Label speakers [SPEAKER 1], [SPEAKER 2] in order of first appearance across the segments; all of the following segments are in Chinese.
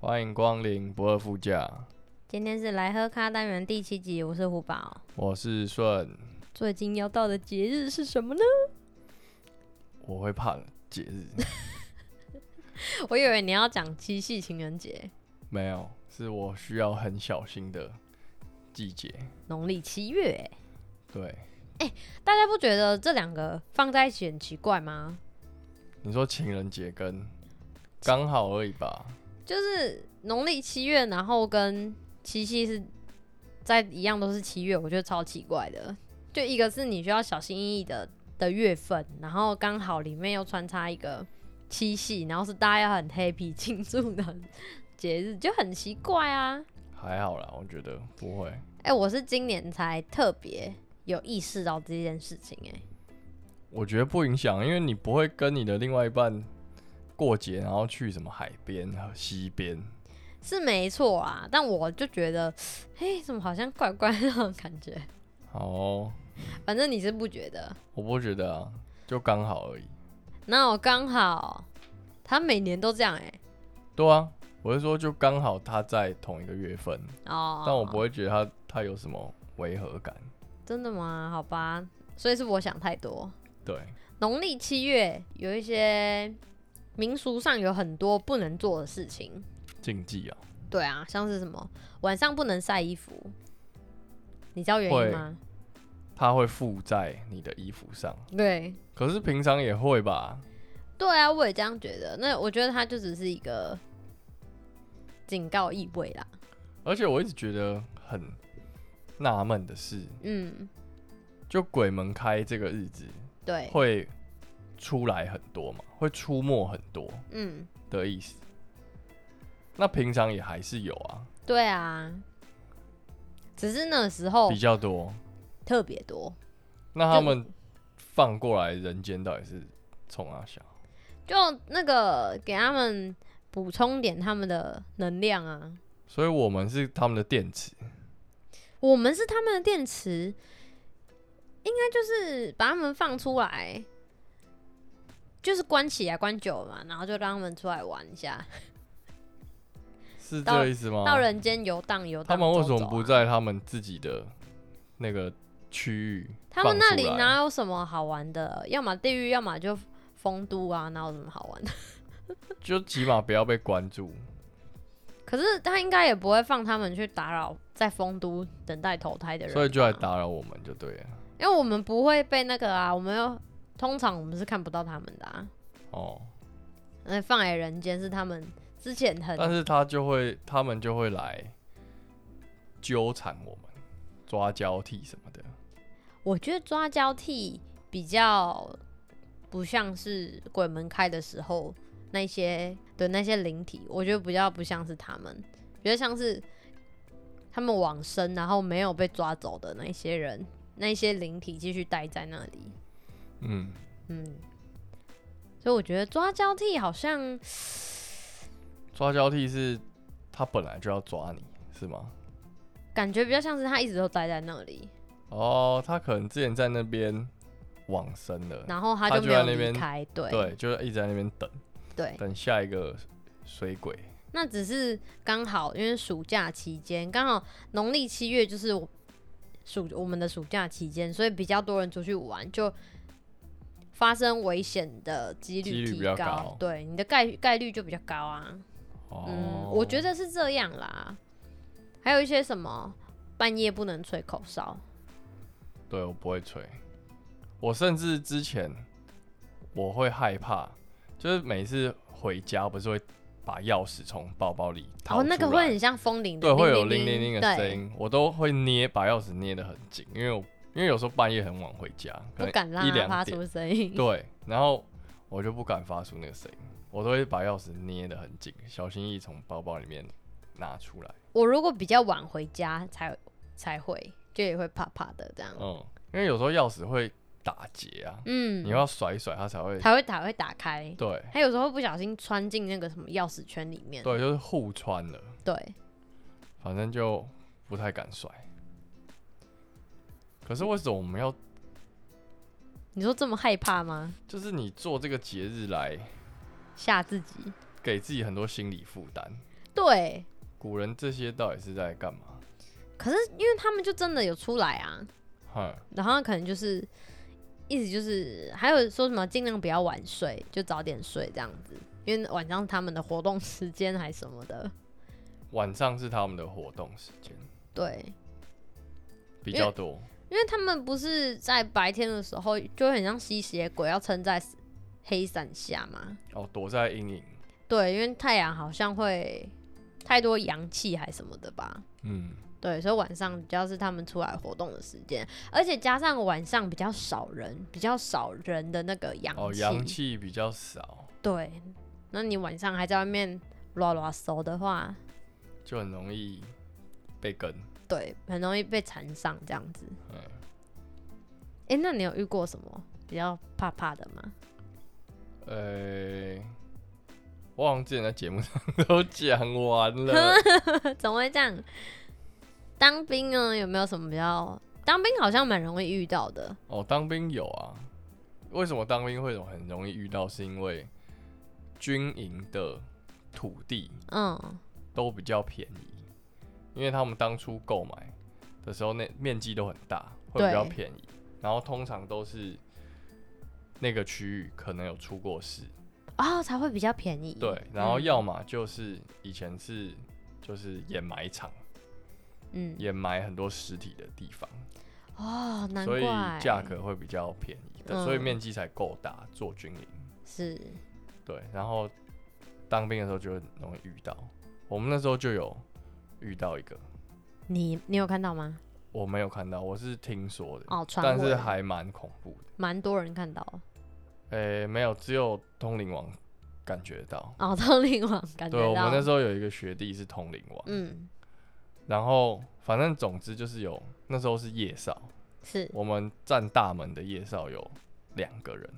[SPEAKER 1] 欢迎光临不二副驾，
[SPEAKER 2] 今天是来喝咖单元第七集，我是胡宝。
[SPEAKER 1] 我是顺，
[SPEAKER 2] 最近要到的节日是什么呢？
[SPEAKER 1] 我会怕节日，
[SPEAKER 2] 我以为你要讲七夕情人节，
[SPEAKER 1] 没有，是我需要很小心的季节。
[SPEAKER 2] 农历七月，
[SPEAKER 1] 对，
[SPEAKER 2] 大家不觉得这两个放在一起很奇怪吗？
[SPEAKER 1] 你说情人节跟刚好而已吧？
[SPEAKER 2] 就是农历七月，然后跟七夕是在一样都是七月，我觉得超奇怪的。就一个是你需要小心翼翼的的月份，然后刚好里面又穿插一个七夕，然后是大家要很 happy 庆祝的节日，就很奇怪啊。
[SPEAKER 1] 还好啦，我觉得不会。
[SPEAKER 2] 哎、我是今年才特别有意识到这件事情、哎，
[SPEAKER 1] 我觉得不影响，因为你不会跟你的另外一半过节，然后去什么海边、和西边。
[SPEAKER 2] 是没错啊，但我就觉得，哎、怎么好像怪怪的那种感觉？
[SPEAKER 1] 哦，
[SPEAKER 2] 反正你是不觉得，
[SPEAKER 1] 我不觉得啊，就刚好而已。
[SPEAKER 2] 那我刚好，他每年都这样、哎，
[SPEAKER 1] 对啊，我是说就刚好他在同一个月份，
[SPEAKER 2] 哦，
[SPEAKER 1] 但我不会觉得他他有什么违和感。
[SPEAKER 2] 真的吗？好吧，所以是我想太多。
[SPEAKER 1] 对，
[SPEAKER 2] 农历七月有一些民俗上有很多不能做的事情，
[SPEAKER 1] 禁忌啊，
[SPEAKER 2] 对啊，像是什么晚上不能晒衣服，你知道原因
[SPEAKER 1] 会
[SPEAKER 2] 吗？
[SPEAKER 1] 它会附在你的衣服上，
[SPEAKER 2] 对，
[SPEAKER 1] 可是平常也会吧？
[SPEAKER 2] 对啊，我也这样觉得。那我觉得它就只是一个警告意味啦。
[SPEAKER 1] 而且我一直觉得很纳闷的是，
[SPEAKER 2] 嗯，
[SPEAKER 1] 就鬼门开这个日子
[SPEAKER 2] 对，
[SPEAKER 1] 会出来很多嘛，会出没很多
[SPEAKER 2] 嗯，
[SPEAKER 1] 的意思。那平常也还是有啊，
[SPEAKER 2] 对啊。只是那时候
[SPEAKER 1] 比较多。
[SPEAKER 2] 特别多，
[SPEAKER 1] 那他们放过来人间到底是冲啊想？
[SPEAKER 2] 就那个给他们补充点他们的能量啊。
[SPEAKER 1] 所以我们是他们的电池，
[SPEAKER 2] 我们是他们的电池，应该就是把他们放出来，就是关起来关久了嘛，然后就让他们出来玩一下，
[SPEAKER 1] 是这
[SPEAKER 2] 到
[SPEAKER 1] 个意思吗？
[SPEAKER 2] 到人间游荡游
[SPEAKER 1] 哦他
[SPEAKER 2] 荡走走啊。
[SPEAKER 1] 们为什么不在他们自己的那个区域？
[SPEAKER 2] 他们那里？哪有什么好玩的？要么地狱，要么就丰都啊，哪有什么好玩的？
[SPEAKER 1] 就起码不要被关注。
[SPEAKER 2] 可是他应该也不会放他们去打扰在丰都等待投胎的人吧，
[SPEAKER 1] 所以就来打扰我们就对了。
[SPEAKER 2] 因为我们不会被那个啊，我们又通常我们是看不到他们的啊，
[SPEAKER 1] 哦，
[SPEAKER 2] 那放在人间是他们之前很
[SPEAKER 1] 但是他就会，他们就会来纠缠我们，抓交替什么的。
[SPEAKER 2] 我觉得抓交替比较不像是鬼门开的时候那些的那些灵体，我觉得比较不像是他们，比较像是他们往生然后没有被抓走的那些人，那些灵体继续待在那里。
[SPEAKER 1] 嗯，
[SPEAKER 2] 嗯，所以我觉得抓交替好像
[SPEAKER 1] 抓交替是他本来就要抓你，是吗？
[SPEAKER 2] 感觉比较像是他一直都待在那里，
[SPEAKER 1] 哦，他可能之前在那边往生了，
[SPEAKER 2] 然后他
[SPEAKER 1] 他
[SPEAKER 2] 就
[SPEAKER 1] 就
[SPEAKER 2] 没有
[SPEAKER 1] 在那
[SPEAKER 2] 离
[SPEAKER 1] 边
[SPEAKER 2] 开。对
[SPEAKER 1] 对，就一直在那边等
[SPEAKER 2] 对，
[SPEAKER 1] 等下一个水鬼。
[SPEAKER 2] 那只是刚好，因为暑假期间刚好农历七月就是我暑我们的暑假期间，所以比较多人出去玩，就发生危险的几
[SPEAKER 1] 几率
[SPEAKER 2] 率提
[SPEAKER 1] 比较
[SPEAKER 2] 高，
[SPEAKER 1] 高
[SPEAKER 2] 对你的概概率就比较高啊。
[SPEAKER 1] 哦，
[SPEAKER 2] 嗯，我觉得是这样啦。还有一些什么半夜不能吹口哨，
[SPEAKER 1] 对我不会吹，我甚至之前我会害怕，就是每次回家不是会把钥匙从包包里掏出
[SPEAKER 2] 然后
[SPEAKER 1] 来，
[SPEAKER 2] 哦那个会很像风铃的
[SPEAKER 1] 对，
[SPEAKER 2] 叮叮
[SPEAKER 1] 会
[SPEAKER 2] 叮，
[SPEAKER 1] 有铃铃铃的声
[SPEAKER 2] 对，
[SPEAKER 1] 音，我都会捏把钥匙捏得很紧，因为我因为有时候半夜很晚回家，可
[SPEAKER 2] 不
[SPEAKER 1] 能
[SPEAKER 2] 敢让
[SPEAKER 1] 哎一
[SPEAKER 2] 它
[SPEAKER 1] 两
[SPEAKER 2] 发
[SPEAKER 1] 点
[SPEAKER 2] 出声音。
[SPEAKER 1] 对，然后我就不敢发出那个声音，我都会把钥匙捏得很紧，小心翼翼从包包里面拿出来，
[SPEAKER 2] 我如果比较晚回家才才会，就也会怕怕的这样。
[SPEAKER 1] 嗯，因为有时候钥匙会打结啊，
[SPEAKER 2] 嗯，
[SPEAKER 1] 你要甩一甩它才会，
[SPEAKER 2] 才会打会打开，
[SPEAKER 1] 对。
[SPEAKER 2] 他有时候会不小心穿进那个什么钥匙圈里面。
[SPEAKER 1] 对，就是互穿了，
[SPEAKER 2] 对
[SPEAKER 1] 反正就不太敢甩。可是为什么我们要，
[SPEAKER 2] 你说这么害怕吗？
[SPEAKER 1] 就是你做这个节日来
[SPEAKER 2] 吓自己？
[SPEAKER 1] 给自己很多心理负担？
[SPEAKER 2] 对，
[SPEAKER 1] 古人这些到底是在干嘛？
[SPEAKER 2] 可是因为他们就真的有出来啊，
[SPEAKER 1] 哼，
[SPEAKER 2] 然后可能就是意思就是还有说什么尽量不要晚睡，就早点睡这样子，因为晚上他们的活动 时间还什么的，
[SPEAKER 1] 晚上是他们的活动时间
[SPEAKER 2] 对，
[SPEAKER 1] 比较多，
[SPEAKER 2] 因为他们不是在白天的时候就很像吸血鬼，要撑在黑伞下嘛。
[SPEAKER 1] 哦，躲在阴影，
[SPEAKER 2] 对，因为太阳好像会太多阳气还什么的吧。
[SPEAKER 1] 嗯，
[SPEAKER 2] 对，所以晚上比较是他们出来活动的时间，而且加上晚上比较少人，比较少人的那个阳
[SPEAKER 1] 哦，
[SPEAKER 2] 气。
[SPEAKER 1] 阳气比较少，
[SPEAKER 2] 对，那你晚上还在外面拉拉手的话，
[SPEAKER 1] 就很容易被跟。
[SPEAKER 2] 对，很容易被缠上这样子。
[SPEAKER 1] 嗯
[SPEAKER 2] 哎、那你有遇过什么比较怕怕的吗？
[SPEAKER 1] 呃、我好像之前在节目上 都讲完 了，
[SPEAKER 2] 怎么会这样？当兵呢，有没有什么比较？当兵好像蛮容易遇到的，
[SPEAKER 1] 哦，当兵有啊。为什么当兵会很容易遇到？是因为军营的土地
[SPEAKER 2] 嗯，
[SPEAKER 1] 都比较便宜，因为他们当初购买的时候那面积都很大，会比较
[SPEAKER 2] 对
[SPEAKER 1] 便宜。然后通常都是那个区域可能有出过事，
[SPEAKER 2] 哦，才会比较便宜。
[SPEAKER 1] 对。然后
[SPEAKER 2] 嗯
[SPEAKER 1] 要么就是以前是就是掩埋场，
[SPEAKER 2] 嗯，
[SPEAKER 1] 掩埋很多尸体的地方，
[SPEAKER 2] 哦，难
[SPEAKER 1] 所以
[SPEAKER 2] 怪
[SPEAKER 1] 价格会比较便宜的，
[SPEAKER 2] 嗯
[SPEAKER 1] 所以面积才够大做军营。
[SPEAKER 2] 是
[SPEAKER 1] 对，然后当兵的时候就很容易遇到，我们那时候就有遇到一个，
[SPEAKER 2] 你，你有看到吗？
[SPEAKER 1] 我没有看到，我是听说的，
[SPEAKER 2] 哦，传
[SPEAKER 1] 但是
[SPEAKER 2] 闻
[SPEAKER 1] 还蛮恐怖的。
[SPEAKER 2] 蛮多人看到
[SPEAKER 1] 诶、没有，只有通灵王感觉到。
[SPEAKER 2] 哦，通灵王感觉
[SPEAKER 1] 对
[SPEAKER 2] 到，
[SPEAKER 1] 我们那时候有一个学弟是通灵王，
[SPEAKER 2] 嗯
[SPEAKER 1] 然后反正总之就是有那时候是夜少，
[SPEAKER 2] 是
[SPEAKER 1] 我们站大门的夜少有两个人，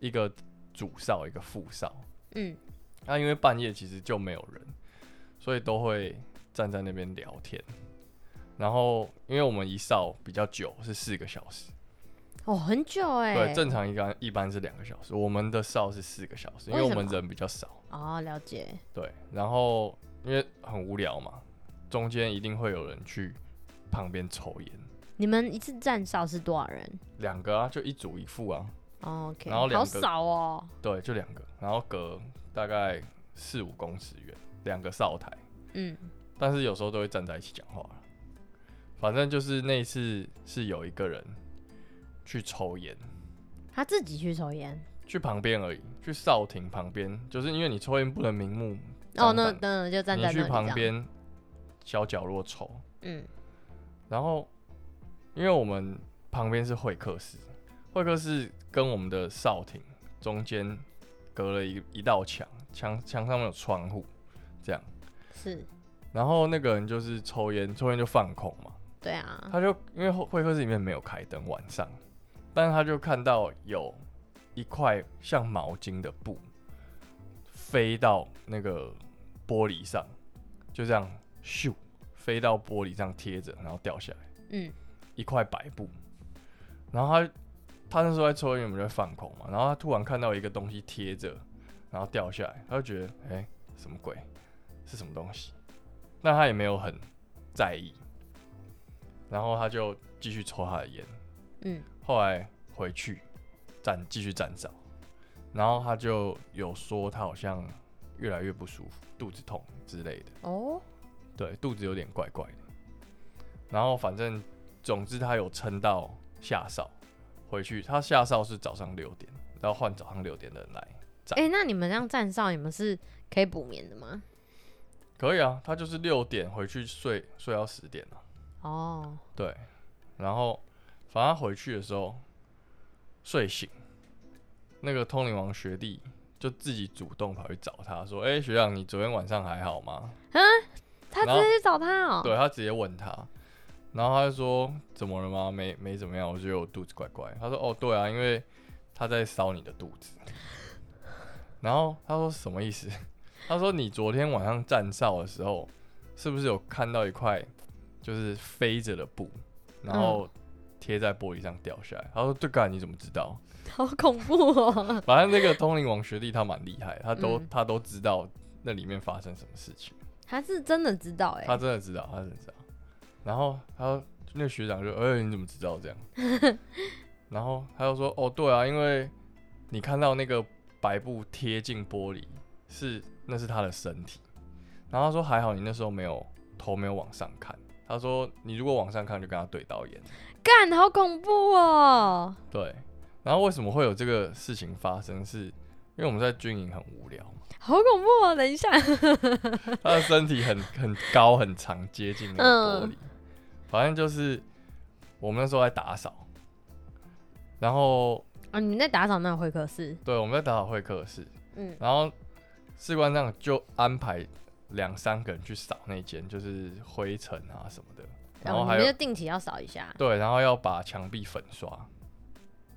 [SPEAKER 1] 一个主少一个副少。
[SPEAKER 2] 嗯
[SPEAKER 1] 那、因为半夜其实就没有人，所以都会站在那边聊天。然后因为我们一少比较久是四个小时，
[SPEAKER 2] 哦，很久哎、
[SPEAKER 1] 对，正常一般一般是两个小时，我们的少是四个小时，因为
[SPEAKER 2] 为
[SPEAKER 1] 我
[SPEAKER 2] 什
[SPEAKER 1] 们
[SPEAKER 2] 么
[SPEAKER 1] 人比较少。
[SPEAKER 2] 哦，了解，
[SPEAKER 1] 对，然后因为很无聊嘛，中间一定会有人去旁边抽烟，
[SPEAKER 2] 你们一次站哨是多少人、
[SPEAKER 1] 两个啊，就一组一副啊，
[SPEAKER 2] 哦、？OK，
[SPEAKER 1] 然后两
[SPEAKER 2] 好
[SPEAKER 1] 个
[SPEAKER 2] 少哦，
[SPEAKER 1] 对，就两个，然后隔大概四五公尺远，两个哨台，
[SPEAKER 2] 嗯
[SPEAKER 1] 但是有时候都会站在一起讲话啦反正就是那一次是有一个人去抽烟，
[SPEAKER 2] 他自己去抽烟
[SPEAKER 1] 去旁边而已，去哨亭旁边，就是因为你抽烟不能明目
[SPEAKER 2] 哦，
[SPEAKER 1] 张
[SPEAKER 2] 那
[SPEAKER 1] 胆
[SPEAKER 2] 那就站在那
[SPEAKER 1] 你
[SPEAKER 2] 里
[SPEAKER 1] 去
[SPEAKER 2] 这
[SPEAKER 1] 旁
[SPEAKER 2] 样，
[SPEAKER 1] 边小角落抽，
[SPEAKER 2] 嗯
[SPEAKER 1] 然后，因为我们旁边是会客室，会客室跟我们的哨亭中间隔了一一道墙，墙墙上面有窗户，这样。
[SPEAKER 2] 是。
[SPEAKER 1] 然后那个人就是抽烟，抽烟就放空嘛，
[SPEAKER 2] 对啊，
[SPEAKER 1] 他就因为会会客室里面没有开灯，晚上，但是他就看到有一块像毛巾的布飞到那个玻璃上，就这样咻飞到玻璃上贴着，然后掉下来。
[SPEAKER 2] 嗯，
[SPEAKER 1] 一块白布，然后他他那时候在抽烟，我们就在放空嘛，然后他突然看到一个东西贴着，然后掉下来，他就觉得哎、诶什么鬼，是什么东西？那他也没有很在意，然后他就继续抽他的烟，
[SPEAKER 2] 嗯，
[SPEAKER 1] 后来回去站继续站哨，然后他就有说他好像越来越不舒服，肚子痛之类的。
[SPEAKER 2] 哦，
[SPEAKER 1] 对，肚子有点怪怪的。然后反正总之他有撑到下哨回去，他下哨是早上六点，然后换早上六点的人来，
[SPEAKER 2] 哎、那你们这样站哨，你们是可以补眠的吗？
[SPEAKER 1] 可以啊，他就是六点回去睡，睡到十点啊。
[SPEAKER 2] 哦，
[SPEAKER 1] 对，然后反正他回去的时候睡醒，那个通灵王学弟就自己主动跑去找他说：“哎、学长，你昨天晚上还好吗？”
[SPEAKER 2] 他直
[SPEAKER 1] 然后
[SPEAKER 2] 接去找他哦、
[SPEAKER 1] 对他直接问他，然后他就说怎么了吗？没没怎么样，我觉得我肚子怪怪。他说哦对啊，因为他在烧你的肚子。 然后他说什么意思？他说你昨天晚上站哨的时候，是不是有看到一块就是飞着的布，然后贴在玻璃上掉下来？他说对干，你怎么知道？
[SPEAKER 2] 好恐怖哦、
[SPEAKER 1] 反正那个通灵王学弟他蛮厉害，他都、
[SPEAKER 2] 嗯
[SPEAKER 1] 他都知道那里面发生什么事情。
[SPEAKER 2] 他是真的知道哎、
[SPEAKER 1] 他真的知道，他真的知道。然后他说那个学长就，呃、你怎么知道这样？然后他就说，哦，对啊，因为你看到那个白布贴近玻璃，是那是他的身体。然后他说还好你那时候没有头没有往上看。他说你如果往上看就跟他对到眼。
[SPEAKER 2] 干，好恐怖哦！
[SPEAKER 1] 对。然后为什么会有这个事情发生是？因为我们在军营很无聊，
[SPEAKER 2] 好恐怖哦！等一下，
[SPEAKER 1] 他的身体很很高很长，接近那个
[SPEAKER 2] 嗯
[SPEAKER 1] 玻璃。反正就是我们那时候在打扫，然后
[SPEAKER 2] 哦，你们在打扫那个会客室，
[SPEAKER 1] 对我们在打扫会客室，
[SPEAKER 2] 嗯，
[SPEAKER 1] 然后士官长就安排两三个人去扫那间，就是灰尘啊什么的，然后
[SPEAKER 2] 哦、
[SPEAKER 1] 还
[SPEAKER 2] 你们
[SPEAKER 1] 有、
[SPEAKER 2] 就定期要扫一下，
[SPEAKER 1] 对，然后要把墙壁粉刷，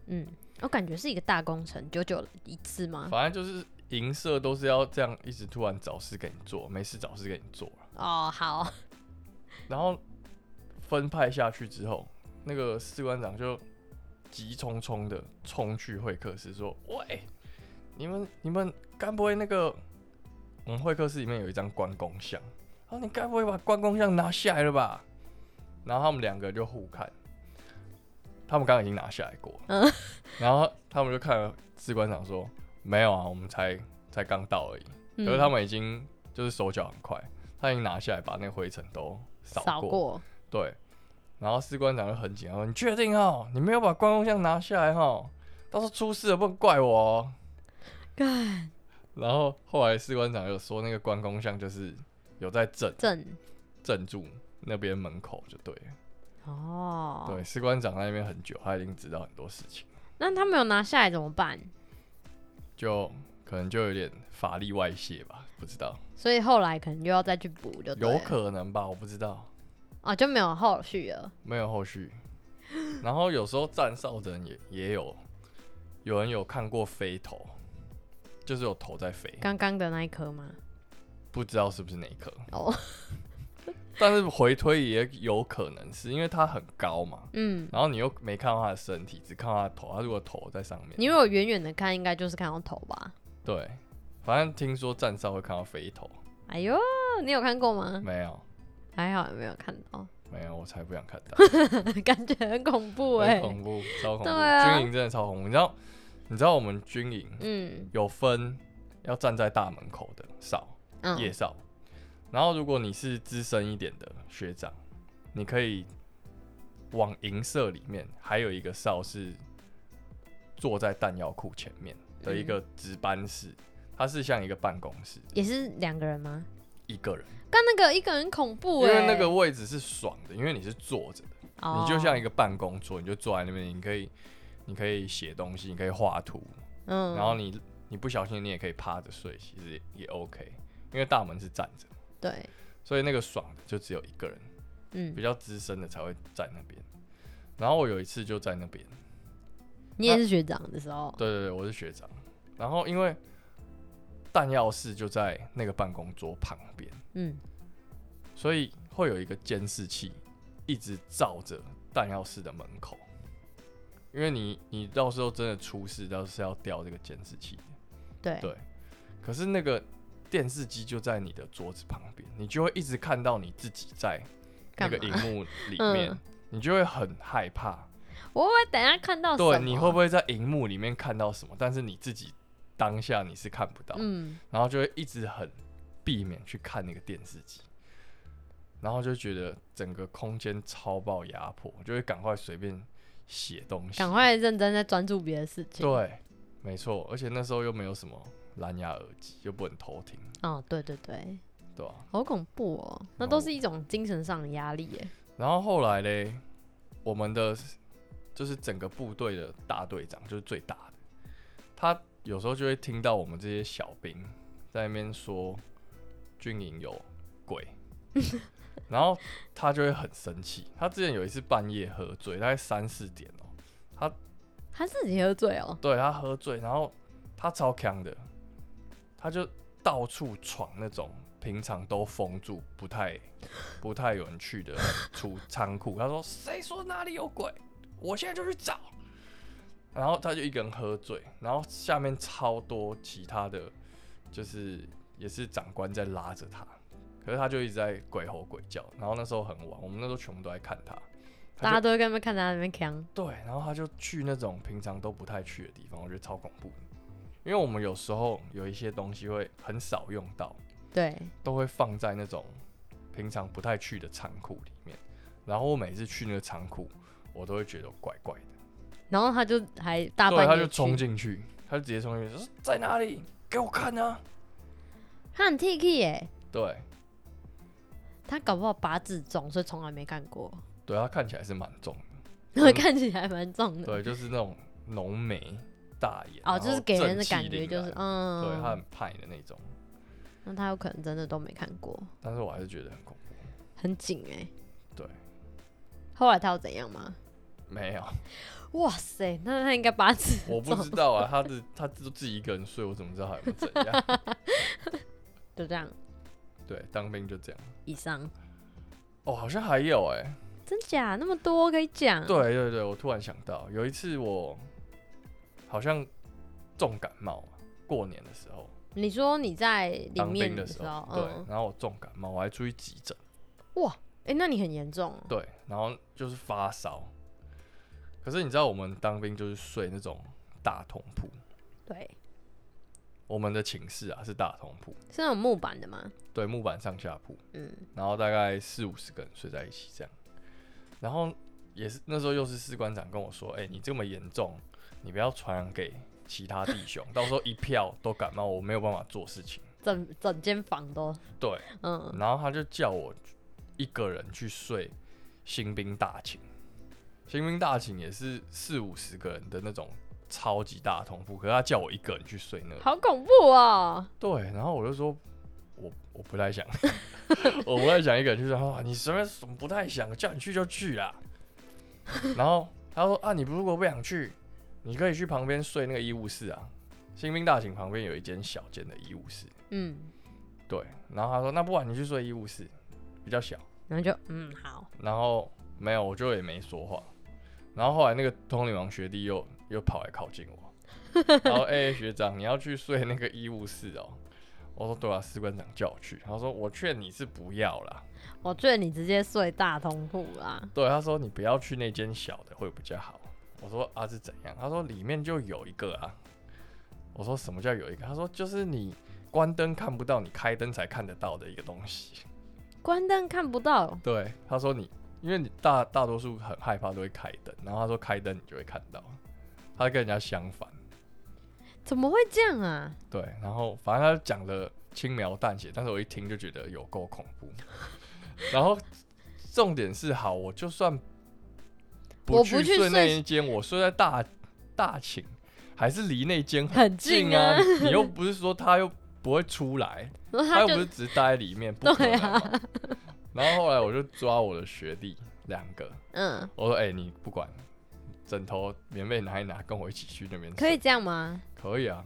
[SPEAKER 2] 嗯，我感觉是一个大工程，久久一次吗？
[SPEAKER 1] 反正就是银社都是要这样，一直突然找事给你做，没事找事给你做。
[SPEAKER 2] 哦，好，
[SPEAKER 1] 然后分派下去之后，那个士官长就急匆匆的冲去会客室说：“喂，你们你们该不会那个我们会客室里面有一张关公像？他说你该不会把关公像拿下来了吧？”然后他们两个就互看，他们刚刚已经拿下来过了，
[SPEAKER 2] 嗯
[SPEAKER 1] 然后他们就看了士官长说：“没有啊，我们才才刚到而已。”
[SPEAKER 2] 嗯
[SPEAKER 1] 可是他们已经就是手脚很快，他已经拿下来把那个灰尘都扫
[SPEAKER 2] 扫
[SPEAKER 1] 过。
[SPEAKER 2] 过，
[SPEAKER 1] 对，然后士官长就很紧张说：“你确定哦？你没有把关公像拿下来哦？到时候出事了不能怪我哦。
[SPEAKER 2] 干”
[SPEAKER 1] 然后后来士官长有说，那个关公像就是有在镇
[SPEAKER 2] 正
[SPEAKER 1] 镇住那边门口就对了。
[SPEAKER 2] 哦，
[SPEAKER 1] 对，，士官长在那边很久，他已经知道很多事情，
[SPEAKER 2] 那他没有拿下来怎么办？
[SPEAKER 1] 就可能就有点法力外泄吧，不知道，
[SPEAKER 2] 所以后来可能又要再去补，就对
[SPEAKER 1] 有
[SPEAKER 2] 了
[SPEAKER 1] 可能吧，我不知道。
[SPEAKER 2] 哦，就没有后续了。
[SPEAKER 1] 没有后续。然后有时候站哨的人也也有，有人有看过飞头，就是有头在飞，
[SPEAKER 2] 刚刚的那一颗吗？
[SPEAKER 1] 不知道是不是那一颗。
[SPEAKER 2] 哦，
[SPEAKER 1] 但是回推也有可能是因为它很高嘛，
[SPEAKER 2] 嗯，
[SPEAKER 1] 然后你又没看到它的身体，只看到它的头。它如果头在上面，
[SPEAKER 2] 你如果远远的看，应该就是看到头吧？
[SPEAKER 1] 对，反正听说站哨会看到飞头，
[SPEAKER 2] 哎呦，你有看过吗？
[SPEAKER 1] 没有
[SPEAKER 2] 还好没有看到，
[SPEAKER 1] 没有，我才不想看到。
[SPEAKER 2] 感觉很恐怖哎、
[SPEAKER 1] 很恐怖，超恐怖！
[SPEAKER 2] 对啊
[SPEAKER 1] 军营真的超恐怖。你知道，你知道我们军营
[SPEAKER 2] 嗯
[SPEAKER 1] 有分要站在大门口的哨，
[SPEAKER 2] 嗯，
[SPEAKER 1] 夜少。然后如果你是资深一点的学长，你可以往银色里面还有一个哨是坐在弹药库前面的一个值班室，它是像一个办公室，
[SPEAKER 2] 也是两个人吗？
[SPEAKER 1] 一个人，
[SPEAKER 2] 刚那个一个人恐怖
[SPEAKER 1] 因
[SPEAKER 2] 哎、
[SPEAKER 1] 为那个位置是爽的，因为你是坐着的，
[SPEAKER 2] 哦
[SPEAKER 1] 你就像一个办公桌，你就坐在那边，你可以你可以写东西，你可以画图，
[SPEAKER 2] 嗯，
[SPEAKER 1] 然后你你不小心你也可以趴着睡，其实也也 OK，因为大门是站着，
[SPEAKER 2] 对，
[SPEAKER 1] 所以那个爽的就只有一个人。
[SPEAKER 2] 嗯
[SPEAKER 1] 比，较资深的才会在那边。然后我有一次就在那边，
[SPEAKER 2] 你也是学长的时候，
[SPEAKER 1] 对对对，我是学长。然后因为弹药室就在那个办公桌旁边，
[SPEAKER 2] 嗯，
[SPEAKER 1] 所以会有一个监视器一直照着弹药室的门口。因为你你到时候真的出事，到是要调这个监视器的。
[SPEAKER 2] 对，
[SPEAKER 1] 对可是那个电视机就在你的桌子旁边，你就会一直看到你自己在那
[SPEAKER 2] 干
[SPEAKER 1] 个
[SPEAKER 2] 嘛？
[SPEAKER 1] 荧 幕里面，
[SPEAKER 2] 嗯
[SPEAKER 1] 你就会很害怕。
[SPEAKER 2] 我会不会等一下看到什么？
[SPEAKER 1] 对，你会不会在荧幕里面看到什么？但是你自己当下你是看不到，
[SPEAKER 2] 嗯，
[SPEAKER 1] 然后就会一直很避免去看那个电视机，然后就觉得整个空间超爆压迫，就会赶快随便写东西，
[SPEAKER 2] 赶快认真在专注别的事情。，
[SPEAKER 1] 对，没错，而且那时候又没有什么蓝牙耳机，又不能偷听，
[SPEAKER 2] 哦，对对对，
[SPEAKER 1] 对啊吧、
[SPEAKER 2] 好恐怖哦，那都是一种精神上的压力耶。
[SPEAKER 1] 然后后来嘞，我们的就是整个部队的大队长，就是最大的，他有时候就会听到我们这些小兵在那边说军营有鬼，然后他就会很生气。他之前有一次半夜喝醉，大概三四点哦、
[SPEAKER 2] 他自己喝醉哦，
[SPEAKER 1] 对他喝醉，然后他超强的，他就到处闯那种平常都封住、不太、不太有人去的储仓库。他说：“谁说哪里有鬼？我现在就去找。”然后他就一个人喝醉，然后下面超多其他的，就是也是长官在拉着他，可是他就一直在鬼吼鬼叫，然后那时候很晚，我们那时候全部都在看他，
[SPEAKER 2] 大
[SPEAKER 1] 他
[SPEAKER 2] 家
[SPEAKER 1] 就
[SPEAKER 2] 都会跟他们看他在那边扛，
[SPEAKER 1] 对，然后他就去那种平常都不太去的地方，我觉得超恐怖的，因为我们有时候有一些东西会很少用到，
[SPEAKER 2] 对，
[SPEAKER 1] 都会放在那种平常不太去的仓库里面，然后我每次去那个仓库，我都会觉得怪怪的，
[SPEAKER 2] 然后他就还大
[SPEAKER 1] 对，
[SPEAKER 2] 半夜
[SPEAKER 1] 他就
[SPEAKER 2] 去
[SPEAKER 1] 冲，进去，他就直接冲进去，说在哪里？给我看啊！
[SPEAKER 2] 他很 T K 耶，
[SPEAKER 1] 对，
[SPEAKER 2] 他搞不好八字重，所以从来没看过，
[SPEAKER 1] 对，他看起来是蛮重的。
[SPEAKER 2] 看起来蛮重
[SPEAKER 1] 嗯
[SPEAKER 2] 的，
[SPEAKER 1] 对，就是那种浓眉大眼，
[SPEAKER 2] 嗯哦，
[SPEAKER 1] 然
[SPEAKER 2] 就是
[SPEAKER 1] 后
[SPEAKER 2] 给人
[SPEAKER 1] 正
[SPEAKER 2] 的
[SPEAKER 1] 气
[SPEAKER 2] 感觉
[SPEAKER 1] 凛
[SPEAKER 2] 就是
[SPEAKER 1] 然
[SPEAKER 2] 嗯，
[SPEAKER 1] 对他很派的那种，
[SPEAKER 2] 那他有可能真的都没看过，
[SPEAKER 1] 但是我还是觉得很恐怖。
[SPEAKER 2] 很紧哎、
[SPEAKER 1] 对。
[SPEAKER 2] 后来他有怎样吗？
[SPEAKER 1] 没有，
[SPEAKER 2] 哇塞，那他应该八字
[SPEAKER 1] 我不知道啊，他的他都自己一个人睡，我怎么知道他有没有怎样？
[SPEAKER 2] 就这样
[SPEAKER 1] 对，当兵就这样。
[SPEAKER 2] 以上，
[SPEAKER 1] 哦，好像还有哎、
[SPEAKER 2] 真假那么多可以讲？，
[SPEAKER 1] 对对对，我突然想到，有一次我好像重感冒嘛，过年的时候，
[SPEAKER 2] 你说你在里
[SPEAKER 1] 当
[SPEAKER 2] 面
[SPEAKER 1] 兵的
[SPEAKER 2] 时
[SPEAKER 1] 时
[SPEAKER 2] 候
[SPEAKER 1] 候，，
[SPEAKER 2] 嗯，
[SPEAKER 1] 对，然后我重感冒，我还出去急诊。
[SPEAKER 2] 哎、那你很严重哦、
[SPEAKER 1] 对，然后就是发烧。可是你知道，我们当兵就是睡那种大通铺，
[SPEAKER 2] 对，
[SPEAKER 1] 我们的寝室啊是大通铺，
[SPEAKER 2] 是那种木板的吗？
[SPEAKER 1] 对，木板上下铺，
[SPEAKER 2] 嗯，
[SPEAKER 1] 然后大概四五十个人睡在一起这样。然后也是那时候又是士官长跟我说：“哎、你这么严重，你不要传染给其他弟兄，到时候一票都感冒，我没有办法做事情。
[SPEAKER 2] 整整间房都，”
[SPEAKER 1] 对，
[SPEAKER 2] 嗯，
[SPEAKER 1] 然后他就叫我一个人去睡新兵大寝，新兵大寝也是四五十个人的那种超级大通铺，可是他叫我一个人去睡那个。
[SPEAKER 2] 好恐怖哦、
[SPEAKER 1] 对，然后我就说，我我不太想， 我不太想一个人去睡。他说啊你什么什么不太想，叫你去就去啦。然后他说啊，你如果不想去，你可以去旁边睡那个医务室啊。新兵大寝旁边有一间小间的医务室，
[SPEAKER 2] 嗯，
[SPEAKER 1] 对。然后他说，那不然你去睡医务室，比较小。
[SPEAKER 2] 然后就嗯好，
[SPEAKER 1] 然后没有，我就也没说话。然后后来那个通灵王学弟又又跑来靠近我，然后哎、欸学长，你要去睡那个医务室哦。我说对啊，士官长叫我去。他说我劝你是不要啦。
[SPEAKER 2] 我劝你直接睡大通铺啊啦，
[SPEAKER 1] 对，他说你不要去那间小的会比较好。我说啊是怎样？他说里面就有一个啊。我说什么叫有一个？他说就是你关灯看不到，你开灯才看得到的一个东西。
[SPEAKER 2] 关灯看不到，
[SPEAKER 1] 对，他说你，因为你大大多数很害怕都会开灯，然后他说开灯你就会看到，他跟人家相反。
[SPEAKER 2] 怎么会这样 啊？
[SPEAKER 1] 对，然后反正他讲的轻描淡写，但是我一听就觉得有够恐怖。 然后重点是，好，我就算
[SPEAKER 2] 我不
[SPEAKER 1] 去
[SPEAKER 2] 去
[SPEAKER 1] 睡那
[SPEAKER 2] 睡
[SPEAKER 1] 一间，我睡在大大寝，还是离那间很
[SPEAKER 2] 很
[SPEAKER 1] 近
[SPEAKER 2] 近
[SPEAKER 1] 啊
[SPEAKER 2] 啊，。
[SPEAKER 1] 你又不是说他又不会出来，
[SPEAKER 2] 然后
[SPEAKER 1] 他
[SPEAKER 2] 他
[SPEAKER 1] 又不
[SPEAKER 2] 就是啊
[SPEAKER 1] 只待在里面，不可能嘛。然后后来我就抓我的学弟两个，
[SPEAKER 2] 嗯，
[SPEAKER 1] 我说：“哎、你不管，枕头、棉被拿一拿，跟我一起去那边。”
[SPEAKER 2] 可以，这样吗？
[SPEAKER 1] 可以啊，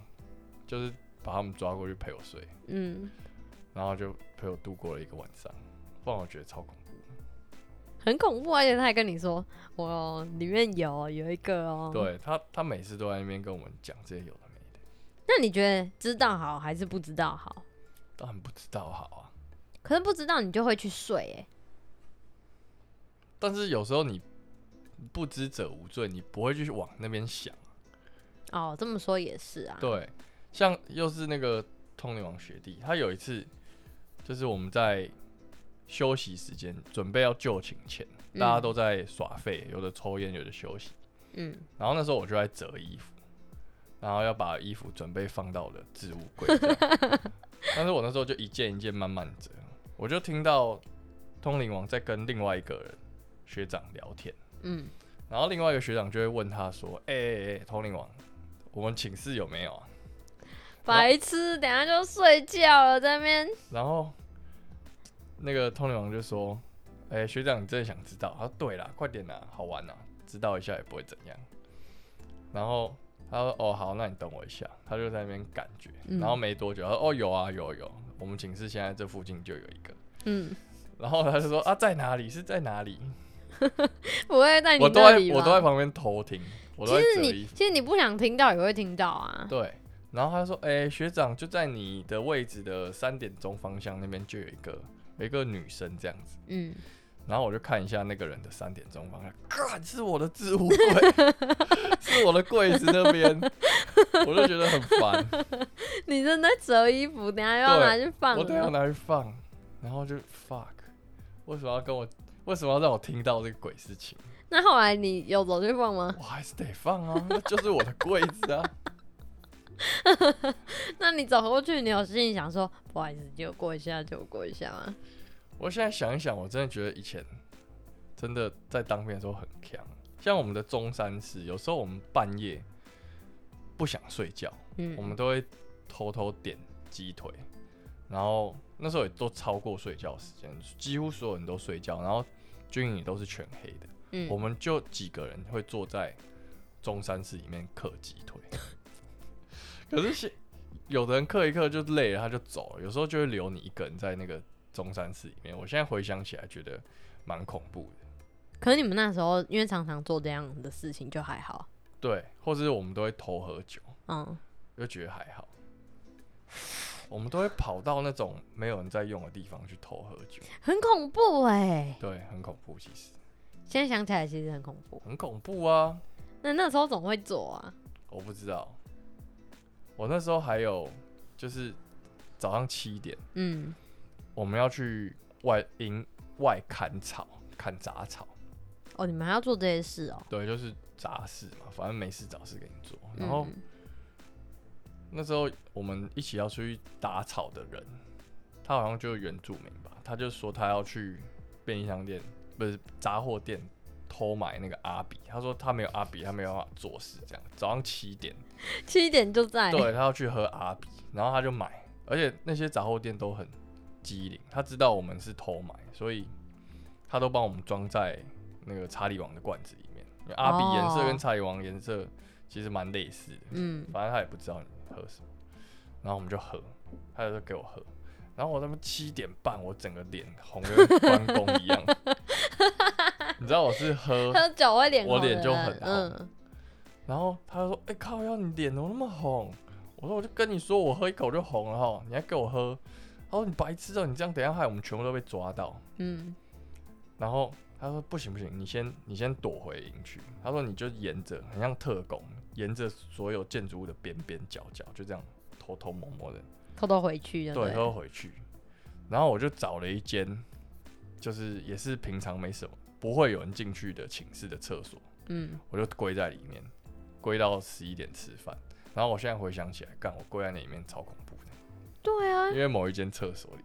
[SPEAKER 1] 就是把他们抓过去陪我睡，
[SPEAKER 2] 嗯，
[SPEAKER 1] 然后就陪我度过了一个晚上，不然我觉得超恐怖。
[SPEAKER 2] 很恐怖，而且他还跟你说，我里面有有一个哦。。
[SPEAKER 1] 对他，他每次都在那边跟我们讲这些有的没的，
[SPEAKER 2] 那你觉得知道好还是不知道好？
[SPEAKER 1] 当然不知道好啊。
[SPEAKER 2] 可是不知道你就会去睡、欸，
[SPEAKER 1] 但是有时候你不知者无罪，你不会去往那边想。
[SPEAKER 2] 哦，这么说也是啊。。
[SPEAKER 1] 对，像又是那个通灵王学弟，他有一次就是我们在休息时间准备要就寝前，
[SPEAKER 2] 嗯
[SPEAKER 1] 大家都在耍废，有的抽烟，有的休息。
[SPEAKER 2] 嗯，
[SPEAKER 1] 然后那时候我就在折衣服，然后要把衣服准备放到我的置物柜这样，但是我那时候就一件一件慢慢折，我就听到通灵王在跟另外一个人学长聊天。
[SPEAKER 2] 嗯，
[SPEAKER 1] 然后另外一个学长就会问他说：“哎、欸欸，通灵王，我们寝室有没有啊？”
[SPEAKER 2] 白痴，等一下就睡觉了，在那边
[SPEAKER 1] 然后那个通灵王就说：“哎、学长，你真的想知道？”他说：“对啦，快点啦，好玩啦，知道一下也不会怎样。”然后他说：“哦，好，那你等我一下。”他就在那边感觉，
[SPEAKER 2] 嗯
[SPEAKER 1] 然后没多久，他说：“哦，有啊，有有，我们寝室现在这附近就有一个。
[SPEAKER 2] 嗯，”
[SPEAKER 1] 然后他就说：“啊，在哪里？是在哪里
[SPEAKER 2] 不会在？”你
[SPEAKER 1] 我都
[SPEAKER 2] 那
[SPEAKER 1] 在
[SPEAKER 2] 里吧
[SPEAKER 1] 我都在旁边偷听，我都
[SPEAKER 2] 其
[SPEAKER 1] 在
[SPEAKER 2] 实
[SPEAKER 1] 折
[SPEAKER 2] 你
[SPEAKER 1] 衣服。
[SPEAKER 2] 其实你不想听到也会听到啊。
[SPEAKER 1] 对，然后他就说：“哎、学长，就在你的位置的三点钟方向那边就有一个有一个女生这样子，
[SPEAKER 2] 嗯，
[SPEAKER 1] 然后我就看一下那个人的三点钟方向，干是我的置 物柜，是我的柜子那边，我就觉得很烦。
[SPEAKER 2] 你正在折衣服，等一下又要拿去放
[SPEAKER 1] 我等下
[SPEAKER 2] 了。
[SPEAKER 1] 拿去放，然后就 fuck，为什么要跟我，为什么要让我听到这个鬼事情？
[SPEAKER 2] 那后来你有走去放吗？
[SPEAKER 1] 我还是得放啊，那就是我的柜子啊。
[SPEAKER 2] 那你走过去，你有心里想说，不好意思，借我过一下，借我过一下吗？
[SPEAKER 1] 我现在想一想，我真的觉得以前真的在当兵的时候很强，像我们的中山市，有时候我们半夜不想睡觉，
[SPEAKER 2] 嗯，
[SPEAKER 1] 我们都会偷偷点鸡腿，然后那时候也都超过睡觉时间，几乎所有人都睡觉，然后军营也都是全黑的。
[SPEAKER 2] 嗯
[SPEAKER 1] 我们就几个人会坐在中山市里面嗑鸡腿。 可是现有的人嗑一嗑就累了，他就走了，有时候就会留你一个人在那个中山市里面。我现在回想起来，觉得蛮恐怖的。
[SPEAKER 2] 可是你们那时候因为常常做这样的事情，就还好。
[SPEAKER 1] 对，或者是我们都会偷喝酒，
[SPEAKER 2] 嗯，
[SPEAKER 1] 就觉得还好。我们都会跑到那种没有人在用的地方去偷喝酒，
[SPEAKER 2] 很恐怖哎、
[SPEAKER 1] 对，很恐怖，其实
[SPEAKER 2] 现在想起来其实很恐怖。
[SPEAKER 1] 很恐怖啊！
[SPEAKER 2] 那那时候怎么会做啊？
[SPEAKER 1] 我不知道，我那时候还有就是早上七点。
[SPEAKER 2] 嗯，
[SPEAKER 1] 我们要去外营外砍草、砍杂草，
[SPEAKER 2] 哦，你们还要做这些事哦。
[SPEAKER 1] 对，就是杂事嘛，反正没事找事给你做。然后、
[SPEAKER 2] 嗯
[SPEAKER 1] 那时候我们一起要出去打草的人，他好像就是原住民吧，他就说他要去便利商店，不是杂货店偷买那个阿比，他说他没有阿比，他没有办法做事，这样早上七点，
[SPEAKER 2] 七点就在。
[SPEAKER 1] 对他要去喝阿比，然后他就买，而且那些杂货店都很机灵，他知道我们是偷买，所以他都帮我们装在那个查理王的罐子里面。因为阿比颜色
[SPEAKER 2] 哦
[SPEAKER 1] 跟查理王颜色其实蛮类似的，
[SPEAKER 2] 嗯，
[SPEAKER 1] 反正他也不知道你喝什么，然后我们就喝，他就给我喝，然后我他妈七点半，我整个脸红的跟关公一样，你知道我是喝
[SPEAKER 2] 喝酒会脸红
[SPEAKER 1] 我
[SPEAKER 2] 的人，
[SPEAKER 1] 脸就很红
[SPEAKER 2] 嗯，
[SPEAKER 1] 然后他就说：“哎、靠，要你脸怎么那么红？”我说：“我就跟你说，我喝一口就红了哈，你还给我喝。”他说：“你白痴哦、你这样等一下害我们全部都被抓到。
[SPEAKER 2] 嗯，”
[SPEAKER 1] 然后他说：“不行不行，你先你先躲回营区。”他说：“你就沿着，很像特工，沿着所有建筑物的边边角角，就这样偷偷摸摸的，
[SPEAKER 2] 偷偷回去就
[SPEAKER 1] 对，
[SPEAKER 2] 了
[SPEAKER 1] 偷偷回去。”然后我就找了一间，就是也是平常没什么不会有人进去的寝室的厕所。
[SPEAKER 2] 嗯，
[SPEAKER 1] 我就跪在里面，跪到十一点吃饭。然后我现在回想起来，干我跪在那里面超恐怖的，
[SPEAKER 2] 对啊，
[SPEAKER 1] 因为某一间厕所里。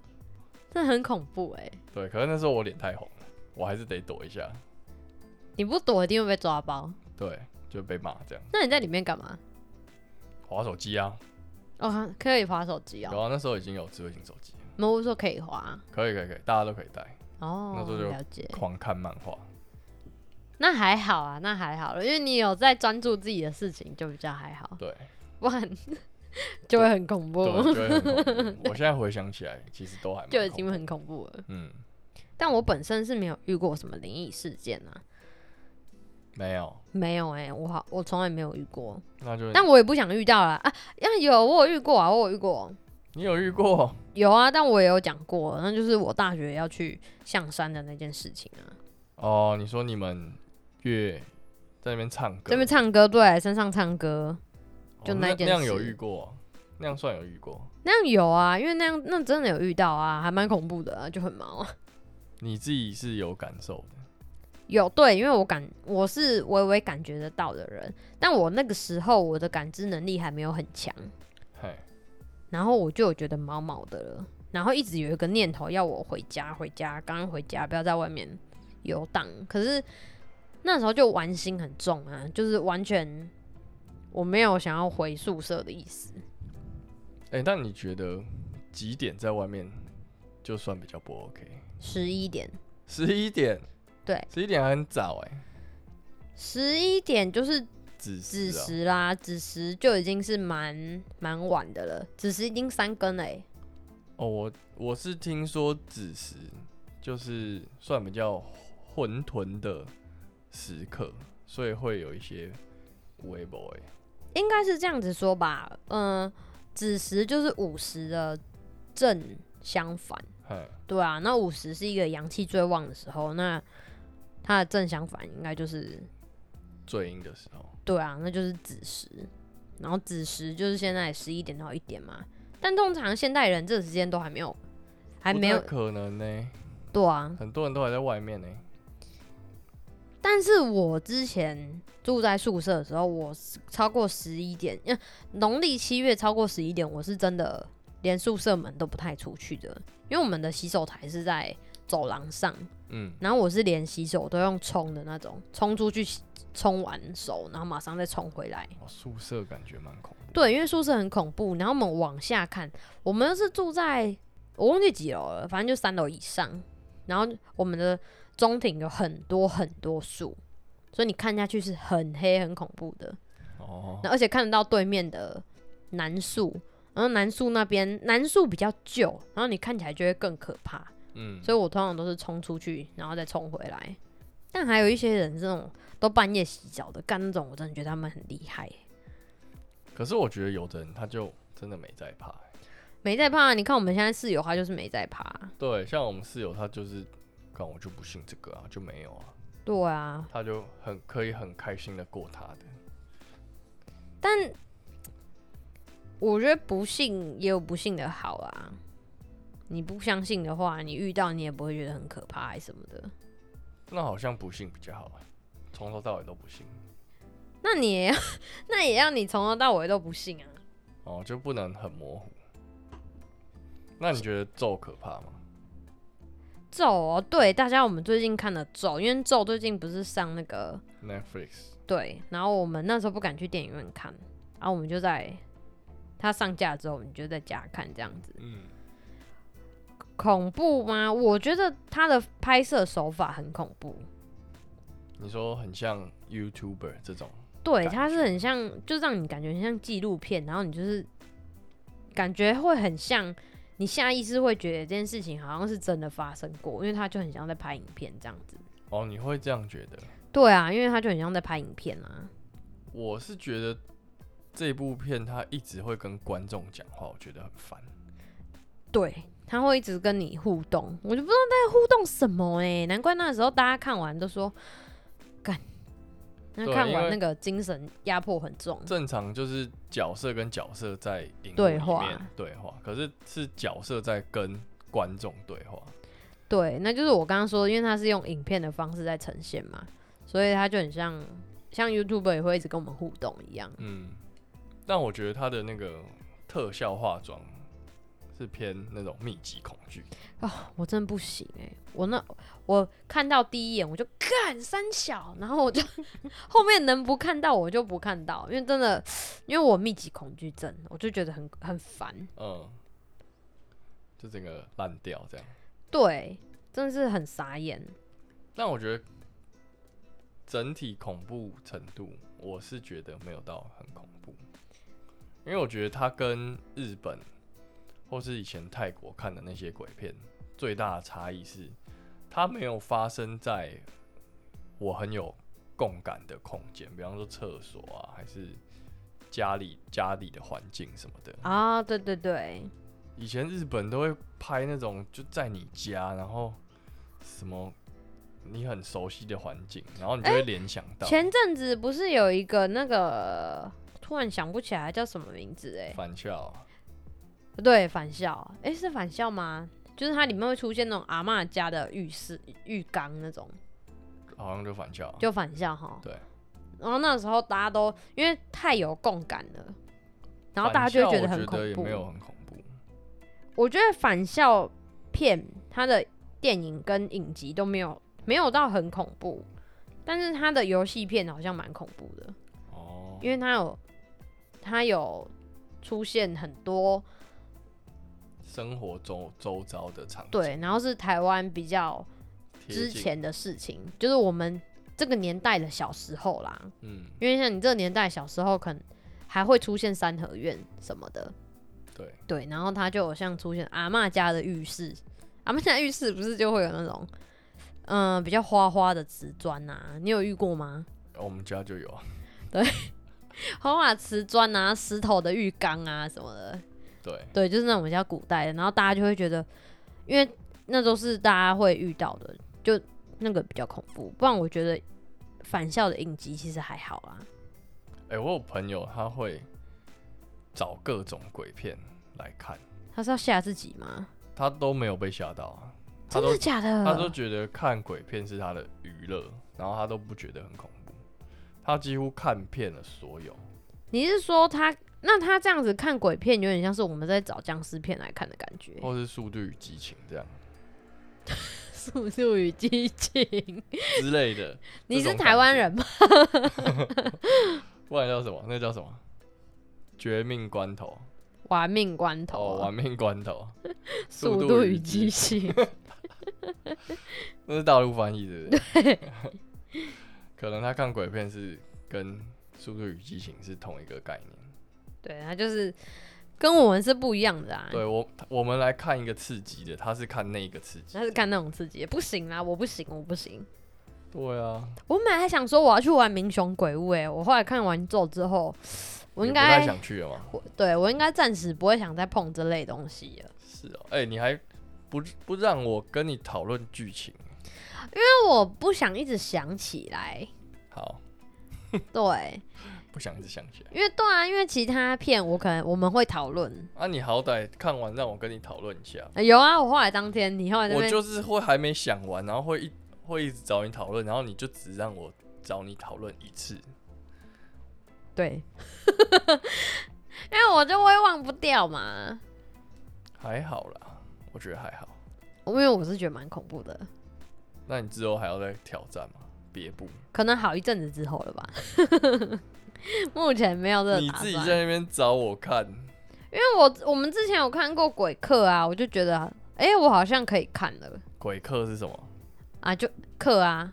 [SPEAKER 2] 这很恐怖哎、
[SPEAKER 1] 对，可是那时候我脸太红了，我还是得躲一下。
[SPEAKER 2] 你不躲一定会被抓包。
[SPEAKER 1] 对，就被骂这样，
[SPEAKER 2] 那你在里面干嘛？
[SPEAKER 1] 划手机啊。
[SPEAKER 2] 哦，可以划手机
[SPEAKER 1] 然
[SPEAKER 2] 哦。
[SPEAKER 1] 后那时候已经有智啊慧型手机了，
[SPEAKER 2] 门务说可以划
[SPEAKER 1] 可以可以可以，大家都可以 带，
[SPEAKER 2] 哦
[SPEAKER 1] 那时候，就
[SPEAKER 2] 了解。
[SPEAKER 1] 狂看漫画。
[SPEAKER 2] 那还好啊，那还好了，因为你有在专注自己的事情，就比较还好，
[SPEAKER 1] 对，
[SPEAKER 2] 不然 就会很恐怖，
[SPEAKER 1] 对，就会很恐怖。我现在回想起来，其实都还蛮
[SPEAKER 2] 哦 就已
[SPEAKER 1] 恐
[SPEAKER 2] 经
[SPEAKER 1] 怖
[SPEAKER 2] 很恐怖了。
[SPEAKER 1] 嗯，
[SPEAKER 2] 但我本身是没有遇过什么灵异事件啊，
[SPEAKER 1] 没有，
[SPEAKER 2] 没有哎、我好，我从来没有遇过，
[SPEAKER 1] 那就
[SPEAKER 2] 但我也不想遇到啦。啊。要有我有遇过啊，我有遇过，
[SPEAKER 1] 你有遇过
[SPEAKER 2] 有啊，但我也有讲过，那就是我大学要去象山的那件事情啊，
[SPEAKER 1] 哦？你说你们越在那边唱歌，
[SPEAKER 2] 这边唱歌，对，山上唱歌就
[SPEAKER 1] 哦
[SPEAKER 2] 那件
[SPEAKER 1] 那样有
[SPEAKER 2] 事
[SPEAKER 1] 遇过，那样算有遇过。
[SPEAKER 2] 那样有啊，因为那样那真的有遇到啊，还蛮恐怖的、啊，就很毛啊。
[SPEAKER 1] 你自己是有感受的，
[SPEAKER 2] 有对，因为我感我是微微感觉得到的人，但我那个时候我的感知能力还没有很强，
[SPEAKER 1] 嘿，
[SPEAKER 2] 然后我就有觉得毛毛的了，然后一直有一个念头要我回家，回家，刚刚回家，不要在外面游荡。可是那时候就玩心很重啊，就是完全我没有想要回宿舍的意思。
[SPEAKER 1] 哎、但你觉得几点在外面就算比较不 OK？
[SPEAKER 2] 十一点，
[SPEAKER 1] 十一点，
[SPEAKER 2] 对，
[SPEAKER 1] 十一点还很早哎、
[SPEAKER 2] 十一点就是
[SPEAKER 1] 子
[SPEAKER 2] 子
[SPEAKER 1] 时啊
[SPEAKER 2] 时啦，子时就已经是蛮蛮晚的了，子时已经三更了、欸。
[SPEAKER 1] 哦，我我是听说子时就是算比较混沌的时刻，所以会有一些微博哎，
[SPEAKER 2] 应该是这样子说呃吧，嗯、子时就是午时的正相反，
[SPEAKER 1] 嘿，
[SPEAKER 2] 对啊，那五十是一个阳气最旺的时候，那它的正相反应该就是
[SPEAKER 1] 最阴的时候，
[SPEAKER 2] 对啊，那就是子时，然后子时就是现在十一点到一点嘛。但通常现代人这个时间都还没有，还
[SPEAKER 1] 不
[SPEAKER 2] 没有
[SPEAKER 1] 太可能呢、
[SPEAKER 2] 对啊。
[SPEAKER 1] 很多人都还在外面呢、
[SPEAKER 2] 但是我之前住在宿舍的时候，我是超过十一点，呃农历七月超过十一点，我是真的连宿舍门都不太出去的，因为我们的洗手台是在走廊上，
[SPEAKER 1] 嗯，
[SPEAKER 2] 然后我是连洗手都用冲的那种，冲出去洗冲完手，然后马上再冲回来。
[SPEAKER 1] 哦宿舍感觉蛮恐怖。
[SPEAKER 2] 对，因为宿舍很恐怖。然后我们往下看，我们是住在我忘记几楼了，反正就三楼以上。然后我们的中庭有很多很多树，所以你看下去是很黑很恐怖的。
[SPEAKER 1] 哦，
[SPEAKER 2] 然后而且看得到对面的南树，然后南树那边南树比较旧，然后你看起来就会更可怕。
[SPEAKER 1] 嗯，
[SPEAKER 2] 所以我通常都是冲出去，然后再冲回来。但还有一些人这种都半夜洗澡的，干那种我真的觉得他们很厉害。
[SPEAKER 1] 可是我觉得有的人他就真的没在怕欸、
[SPEAKER 2] 没在怕，你看我们现在室友他就是没在怕。
[SPEAKER 1] 对，像我们室友他就是，干我就不信这个啊，就没有啊，
[SPEAKER 2] 对啊，
[SPEAKER 1] 他就很可以很开心的过他的。
[SPEAKER 2] 但我觉得不信也有不信的好啊。你不相信的话，你遇到你也不会觉得很可怕还是什么的。
[SPEAKER 1] 那好像不信比较好欸，从头到尾都不信，
[SPEAKER 2] 那你也要， 那也要你从头到尾都不信啊。
[SPEAKER 1] 哦，就不能很模糊。那你觉得咒可怕吗？
[SPEAKER 2] 咒哦，对，大家我们最近看了咒，因为咒最近不是上那个
[SPEAKER 1] Netflix
[SPEAKER 2] 对，然后我们那时候不敢去电影院看，然后我们就在它上架之后，我们就在家看这样子。
[SPEAKER 1] 嗯，
[SPEAKER 2] 恐怖吗？我觉得它的拍摄手法很恐怖，
[SPEAKER 1] 你说很像 YouTuber 这种，
[SPEAKER 2] 对，
[SPEAKER 1] 感
[SPEAKER 2] 它是
[SPEAKER 1] 觉
[SPEAKER 2] 很像，就让你感觉很像纪录片，然后你就是感觉会很像，你下意识会觉得这件事情好像是真的发生过，因为它就很像在拍影片这样子。
[SPEAKER 1] 哦，你会这样觉得？
[SPEAKER 2] 对啊，因为它就很像在拍影片啊。
[SPEAKER 1] 我是觉得这部片他一直会跟观众讲话，我觉得很烦。
[SPEAKER 2] 对，他会一直跟你互动，我就不知道在互动什么哎、难怪那时候大家看完都说，干，那
[SPEAKER 1] 对啊
[SPEAKER 2] 看
[SPEAKER 1] 因
[SPEAKER 2] 完
[SPEAKER 1] 为
[SPEAKER 2] 那个精神压迫很重。
[SPEAKER 1] 正常就是角色跟角色在荧幕
[SPEAKER 2] 对
[SPEAKER 1] 里
[SPEAKER 2] 话
[SPEAKER 1] 面对话，可是是角色在跟观众对话。
[SPEAKER 2] 对，那就是我刚刚说的，因为它是用影片的方式在呈现嘛，所以它就很像像 YouTube 也会一直跟我们互动一样。
[SPEAKER 1] 嗯，但我觉得他的那个特效化妆是偏那种密集恐惧。
[SPEAKER 2] 我真的不行哎、我那我看到第一眼我就干三小，然后我就 后面能不看到我就不看到，因为真的因为我密集恐惧症，我就觉得很很烦。
[SPEAKER 1] 嗯，就整个烂掉这样。
[SPEAKER 2] 对，真的是很傻眼。
[SPEAKER 1] 但我觉得整体恐怖程度，我是觉得没有到很恐怖，因为我觉得它跟日本或是以前泰国看的那些鬼片最大的差异是，它没有发生在我很有共感的空间，比方说厕所啊，还是家里家里的环境什么的。
[SPEAKER 2] 啊，对对对，
[SPEAKER 1] 以前日本都会拍那种就在你家，然后什么你很熟悉的环境，然后你就会联想到、
[SPEAKER 2] 前阵子不是有一个那个，突然想不起来叫什么名字哎、
[SPEAKER 1] 返校，
[SPEAKER 2] 不对，返校，哎、是返校吗？就是它里面会出现那种阿嬷家的浴室、浴缸那种，
[SPEAKER 1] 好像就返校。
[SPEAKER 2] 就返校哈。
[SPEAKER 1] 哦对。
[SPEAKER 2] 然后那时候大家都因为太有共感了，然后大家就
[SPEAKER 1] 返
[SPEAKER 2] 会
[SPEAKER 1] 校
[SPEAKER 2] 觉得
[SPEAKER 1] 我
[SPEAKER 2] 很
[SPEAKER 1] 觉得
[SPEAKER 2] 恐
[SPEAKER 1] 也
[SPEAKER 2] 怖。
[SPEAKER 1] 没有很恐怖。
[SPEAKER 2] 我觉得返校片它的电影跟影集都没有没有到很恐怖，但是它的游戏片好像蛮恐怖的，
[SPEAKER 1] 哦，
[SPEAKER 2] 因为它有它有出现很多
[SPEAKER 1] 生活周周遭的场景，
[SPEAKER 2] 对，然后是台湾比较
[SPEAKER 1] 贴
[SPEAKER 2] 之
[SPEAKER 1] 近，
[SPEAKER 2] 前的事情，就是我们这个年代的小时候啦，
[SPEAKER 1] 嗯，
[SPEAKER 2] 因为像你这个年代小时候可能还会出现三合院什么的，
[SPEAKER 1] 对，
[SPEAKER 2] 对，然后它就有像出现阿嬷家的浴室，阿嬷家的浴室不是就会有那种，嗯、比较花花的瓷砖呐、你有遇过吗？
[SPEAKER 1] 我们家就有啊，
[SPEAKER 2] 花花的瓷砖啊，石头的浴缸啊什么的，
[SPEAKER 1] 对，
[SPEAKER 2] 对，就是那种比较古代的，然后大家就会觉得，因为那都是大家会遇到的，就那个比较恐怖。不然我觉得返校的影集其实还好啦。
[SPEAKER 1] 哎、我有朋友他会找各种鬼片来看，
[SPEAKER 2] 他是要吓自己吗？
[SPEAKER 1] 他都没有被吓到啊，他
[SPEAKER 2] 真
[SPEAKER 1] 都
[SPEAKER 2] 的假
[SPEAKER 1] 他都
[SPEAKER 2] 的？
[SPEAKER 1] 觉得看鬼片是他的娱乐，然后他都不觉得很恐怖，他几乎看遍了所有。
[SPEAKER 2] 你是说他？那他这样子看鬼片，有点像是我们在找僵尸片来看的感觉。
[SPEAKER 1] 或是《速度与激情》这样
[SPEAKER 2] 速度与激 情，
[SPEAKER 1] 之类的，
[SPEAKER 2] 你
[SPEAKER 1] 这
[SPEAKER 2] 是
[SPEAKER 1] 种
[SPEAKER 2] 台湾人吗？
[SPEAKER 1] 不然叫什么？那叫什么？绝命关头
[SPEAKER 2] 玩命关
[SPEAKER 1] 哦，
[SPEAKER 2] 头啊、
[SPEAKER 1] 玩命关头，
[SPEAKER 2] 速
[SPEAKER 1] 速
[SPEAKER 2] 度
[SPEAKER 1] 度
[SPEAKER 2] 与
[SPEAKER 1] 与
[SPEAKER 2] 激
[SPEAKER 1] 激
[SPEAKER 2] 情，
[SPEAKER 1] 那是大陆翻译 对不对？ 可能他看鬼片是跟《速度与激情》是同一个概念。
[SPEAKER 2] 对，他就是跟我们是不一样的啊。
[SPEAKER 1] 对我，我们来看一个刺激的，他是看那一个刺激
[SPEAKER 2] 他。是看那种刺激的，不行啦，我不行，我不行。
[SPEAKER 1] 对啊，
[SPEAKER 2] 我本来还想说我要去玩《民雄鬼屋》哎，我后来看完咒之后，我
[SPEAKER 1] 你
[SPEAKER 2] 应
[SPEAKER 1] 不太
[SPEAKER 2] 该
[SPEAKER 1] 想去了嘛？
[SPEAKER 2] 我对我应该暂时不会想再碰这类东西了，
[SPEAKER 1] 是哦，哎、你还不不让我跟你讨论剧情？
[SPEAKER 2] 因为我不想一直想起来。
[SPEAKER 1] 好，
[SPEAKER 2] 对，
[SPEAKER 1] 不想一直想起来。
[SPEAKER 2] 因为对啊，因为其他片我可能我们会讨论、
[SPEAKER 1] 啊，你好歹看完让我跟你讨论一下。
[SPEAKER 2] 呃有啊，我后来当天你后来那
[SPEAKER 1] 我
[SPEAKER 2] 边
[SPEAKER 1] 就是会还没想完，然后会一会一直找你讨论，然后你就只让我找你讨论一次。
[SPEAKER 2] 对， 因为我就会忘不掉嘛，
[SPEAKER 1] 还好啦，我觉得还好。
[SPEAKER 2] 因为我是觉得蛮恐怖的，
[SPEAKER 1] 那你之后还要再挑战吗？别不，
[SPEAKER 2] 可能好一阵子之后了吧。 目前没有这个
[SPEAKER 1] 你
[SPEAKER 2] 打
[SPEAKER 1] 自己
[SPEAKER 2] 算
[SPEAKER 1] 在那边找我看，
[SPEAKER 2] 因为我我们之前有看过鬼课啊，我就觉得，哎、我好像可以看了
[SPEAKER 1] 鬼课是什么？
[SPEAKER 2] 啊，就课啊，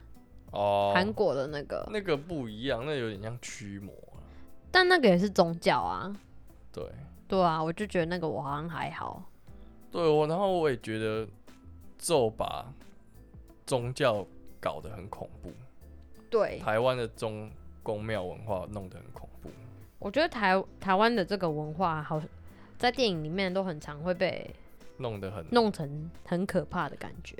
[SPEAKER 1] 哦，
[SPEAKER 2] 韩国的那个，
[SPEAKER 1] 那个不一样，那有点像驱魔啊。
[SPEAKER 2] 但那个也是宗教啊，
[SPEAKER 1] 对，
[SPEAKER 2] 对啊，我就觉得那个我好像还好，
[SPEAKER 1] 对我，然后我也觉得咒把宗教搞得很恐怖，
[SPEAKER 2] 对，
[SPEAKER 1] 台湾的宗宫庙文化弄得很恐怖。
[SPEAKER 2] 我觉得台台湾的这个文化好，在电影里面都很常会被
[SPEAKER 1] 弄得很
[SPEAKER 2] 弄成很可怕的感觉，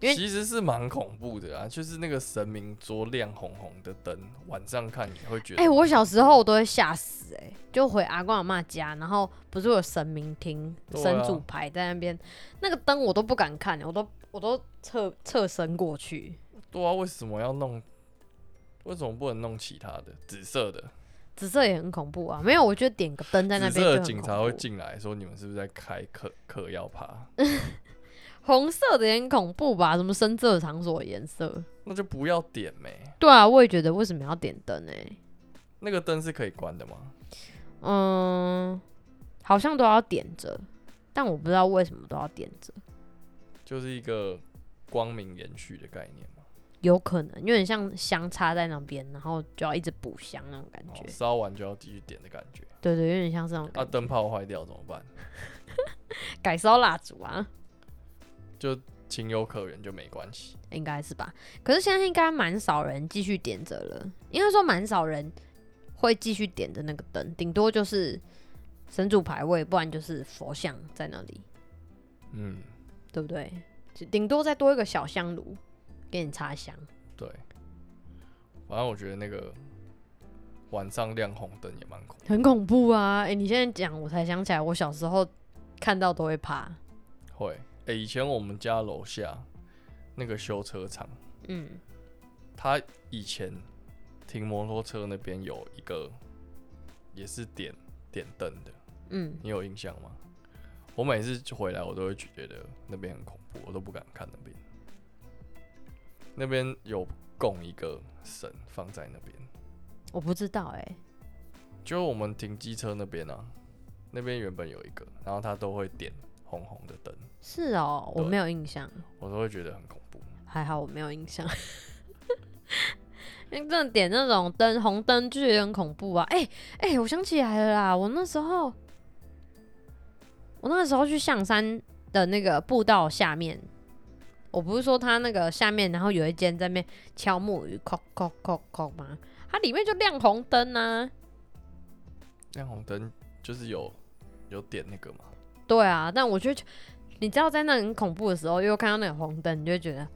[SPEAKER 2] 因为
[SPEAKER 1] 其实是蛮恐怖的啊，就是那个神明桌亮红红的灯，晚上看你会觉得，
[SPEAKER 2] 哎、我小时候我都会吓死、哎，就回阿公阿妈家，然后不是有神明厅、
[SPEAKER 1] 对啊
[SPEAKER 2] 神主牌在那边，那个灯我都不敢看、我都我都侧侧身过去，
[SPEAKER 1] 对啊，为什么要弄？为什么不能弄其他的紫色的？
[SPEAKER 2] 紫色也很恐怖啊。没有，我觉得点个灯在那
[SPEAKER 1] 紫
[SPEAKER 2] 边
[SPEAKER 1] 色
[SPEAKER 2] 就
[SPEAKER 1] 的
[SPEAKER 2] 很
[SPEAKER 1] 警
[SPEAKER 2] 恐
[SPEAKER 1] 察会
[SPEAKER 2] 怖，
[SPEAKER 1] 进来说你们是不是在开嗑嗑药趴？
[SPEAKER 2] 红色的也很恐怖吧？什么深色场所的颜色？
[SPEAKER 1] 那就不要点呗、
[SPEAKER 2] 对啊，我也觉得为什么要点灯欸呢、
[SPEAKER 1] 那个灯是可以关的吗？
[SPEAKER 2] 嗯，好像都要点着，但我不知道为什么都要点着，
[SPEAKER 1] 就是一个光明延续的概念嘛。
[SPEAKER 2] 有可能有点像香插在那边，然后就要一直补香那种感觉
[SPEAKER 1] 哦，。烧完就要继续点的感觉。
[SPEAKER 2] 对对，有点像这种
[SPEAKER 1] 啊，
[SPEAKER 2] 感觉。
[SPEAKER 1] 灯泡坏掉怎么办？
[SPEAKER 2] 改烧蜡烛啊，
[SPEAKER 1] 就情有可原，就没关系。
[SPEAKER 2] 应该是吧？可是现在应该蛮少人继续点着了，应该说蛮少人会继续点着那个灯，顶多就是神主牌位，不然就是佛像在那里，
[SPEAKER 1] 嗯，
[SPEAKER 2] 对不对？就顶多再多一个小香炉给你插香。
[SPEAKER 1] 对，反正我觉得那个晚上亮红灯也蛮恐怖，
[SPEAKER 2] 很恐怖啊！哎、你现在讲，我才想起来，我小时候看到都会怕。
[SPEAKER 1] 会。诶、欸以前我们家楼下那个修车厂，
[SPEAKER 2] 嗯，
[SPEAKER 1] 它以前停摩托车那边有一个也是点点灯的，
[SPEAKER 2] 嗯，
[SPEAKER 1] 你有印象吗？我每次就回来，我都会觉得那边很恐怖，我都不敢看那边。那边有供一个神放在那边，
[SPEAKER 2] 我不知道哎、
[SPEAKER 1] 就我们停机车那边啊，那边原本有一个，然后他都会点红红的灯，
[SPEAKER 2] 是哦，我
[SPEAKER 1] 对
[SPEAKER 2] 没有印象，
[SPEAKER 1] 我都会觉得很恐怖。
[SPEAKER 2] 还好我没有印象。 因为真的点那种灯，红灯就有点恐怖啊！哎、哎、我想起来了啦，我那时候，我那时候去象山的那个步道下面，我不是说它那个下面，然后有一间在那边敲木鱼，叩叩叩叩吗？它里面就亮红灯啊！
[SPEAKER 1] 亮红灯就是有有点那个嘛，
[SPEAKER 2] 对啊，但我就觉得你知道在那很恐怖的时候，又看到那个红灯，你就会觉得，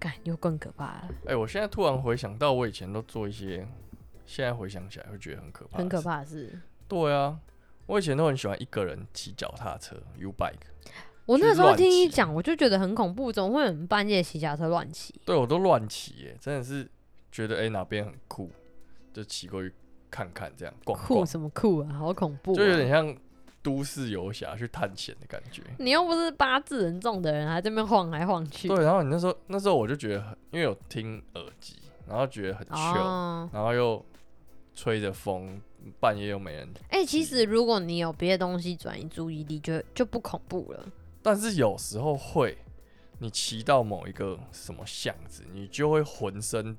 [SPEAKER 2] 感又更可怕了，
[SPEAKER 1] 哎、我现在突然回想到我以前都做一些，现在回想起来会觉得很可怕，
[SPEAKER 2] 很可。怕的是，
[SPEAKER 1] 对啊，我以前都很喜欢一个人骑脚踏车，U bike，
[SPEAKER 2] 我那
[SPEAKER 1] 去
[SPEAKER 2] 时候
[SPEAKER 1] 乱
[SPEAKER 2] 听你
[SPEAKER 1] 骑
[SPEAKER 2] 讲，我就觉得很恐怖，怎么会有人半夜骑脚踏车乱骑？
[SPEAKER 1] 对我都乱骑耶，真的是觉得哎、哪边很酷，就骑过去看看这样逛
[SPEAKER 2] 酷
[SPEAKER 1] 逛，
[SPEAKER 2] 什么酷啊，好恐怖、啊！
[SPEAKER 1] 就有点像都市游侠去探险的感觉。
[SPEAKER 2] 你又不是八字人重的人，还在那边晃来晃去。
[SPEAKER 1] 对，然后你那时候那时候我就觉得很，因为有听耳机，然后觉得很 chill，、
[SPEAKER 2] 哦，
[SPEAKER 1] 然后又吹着风，半夜又没人。
[SPEAKER 2] 哎、其实如果你有别的东西转移注意力，就就不恐怖了。
[SPEAKER 1] 但是有时候会，你骑到某一个什么巷子，你就会浑身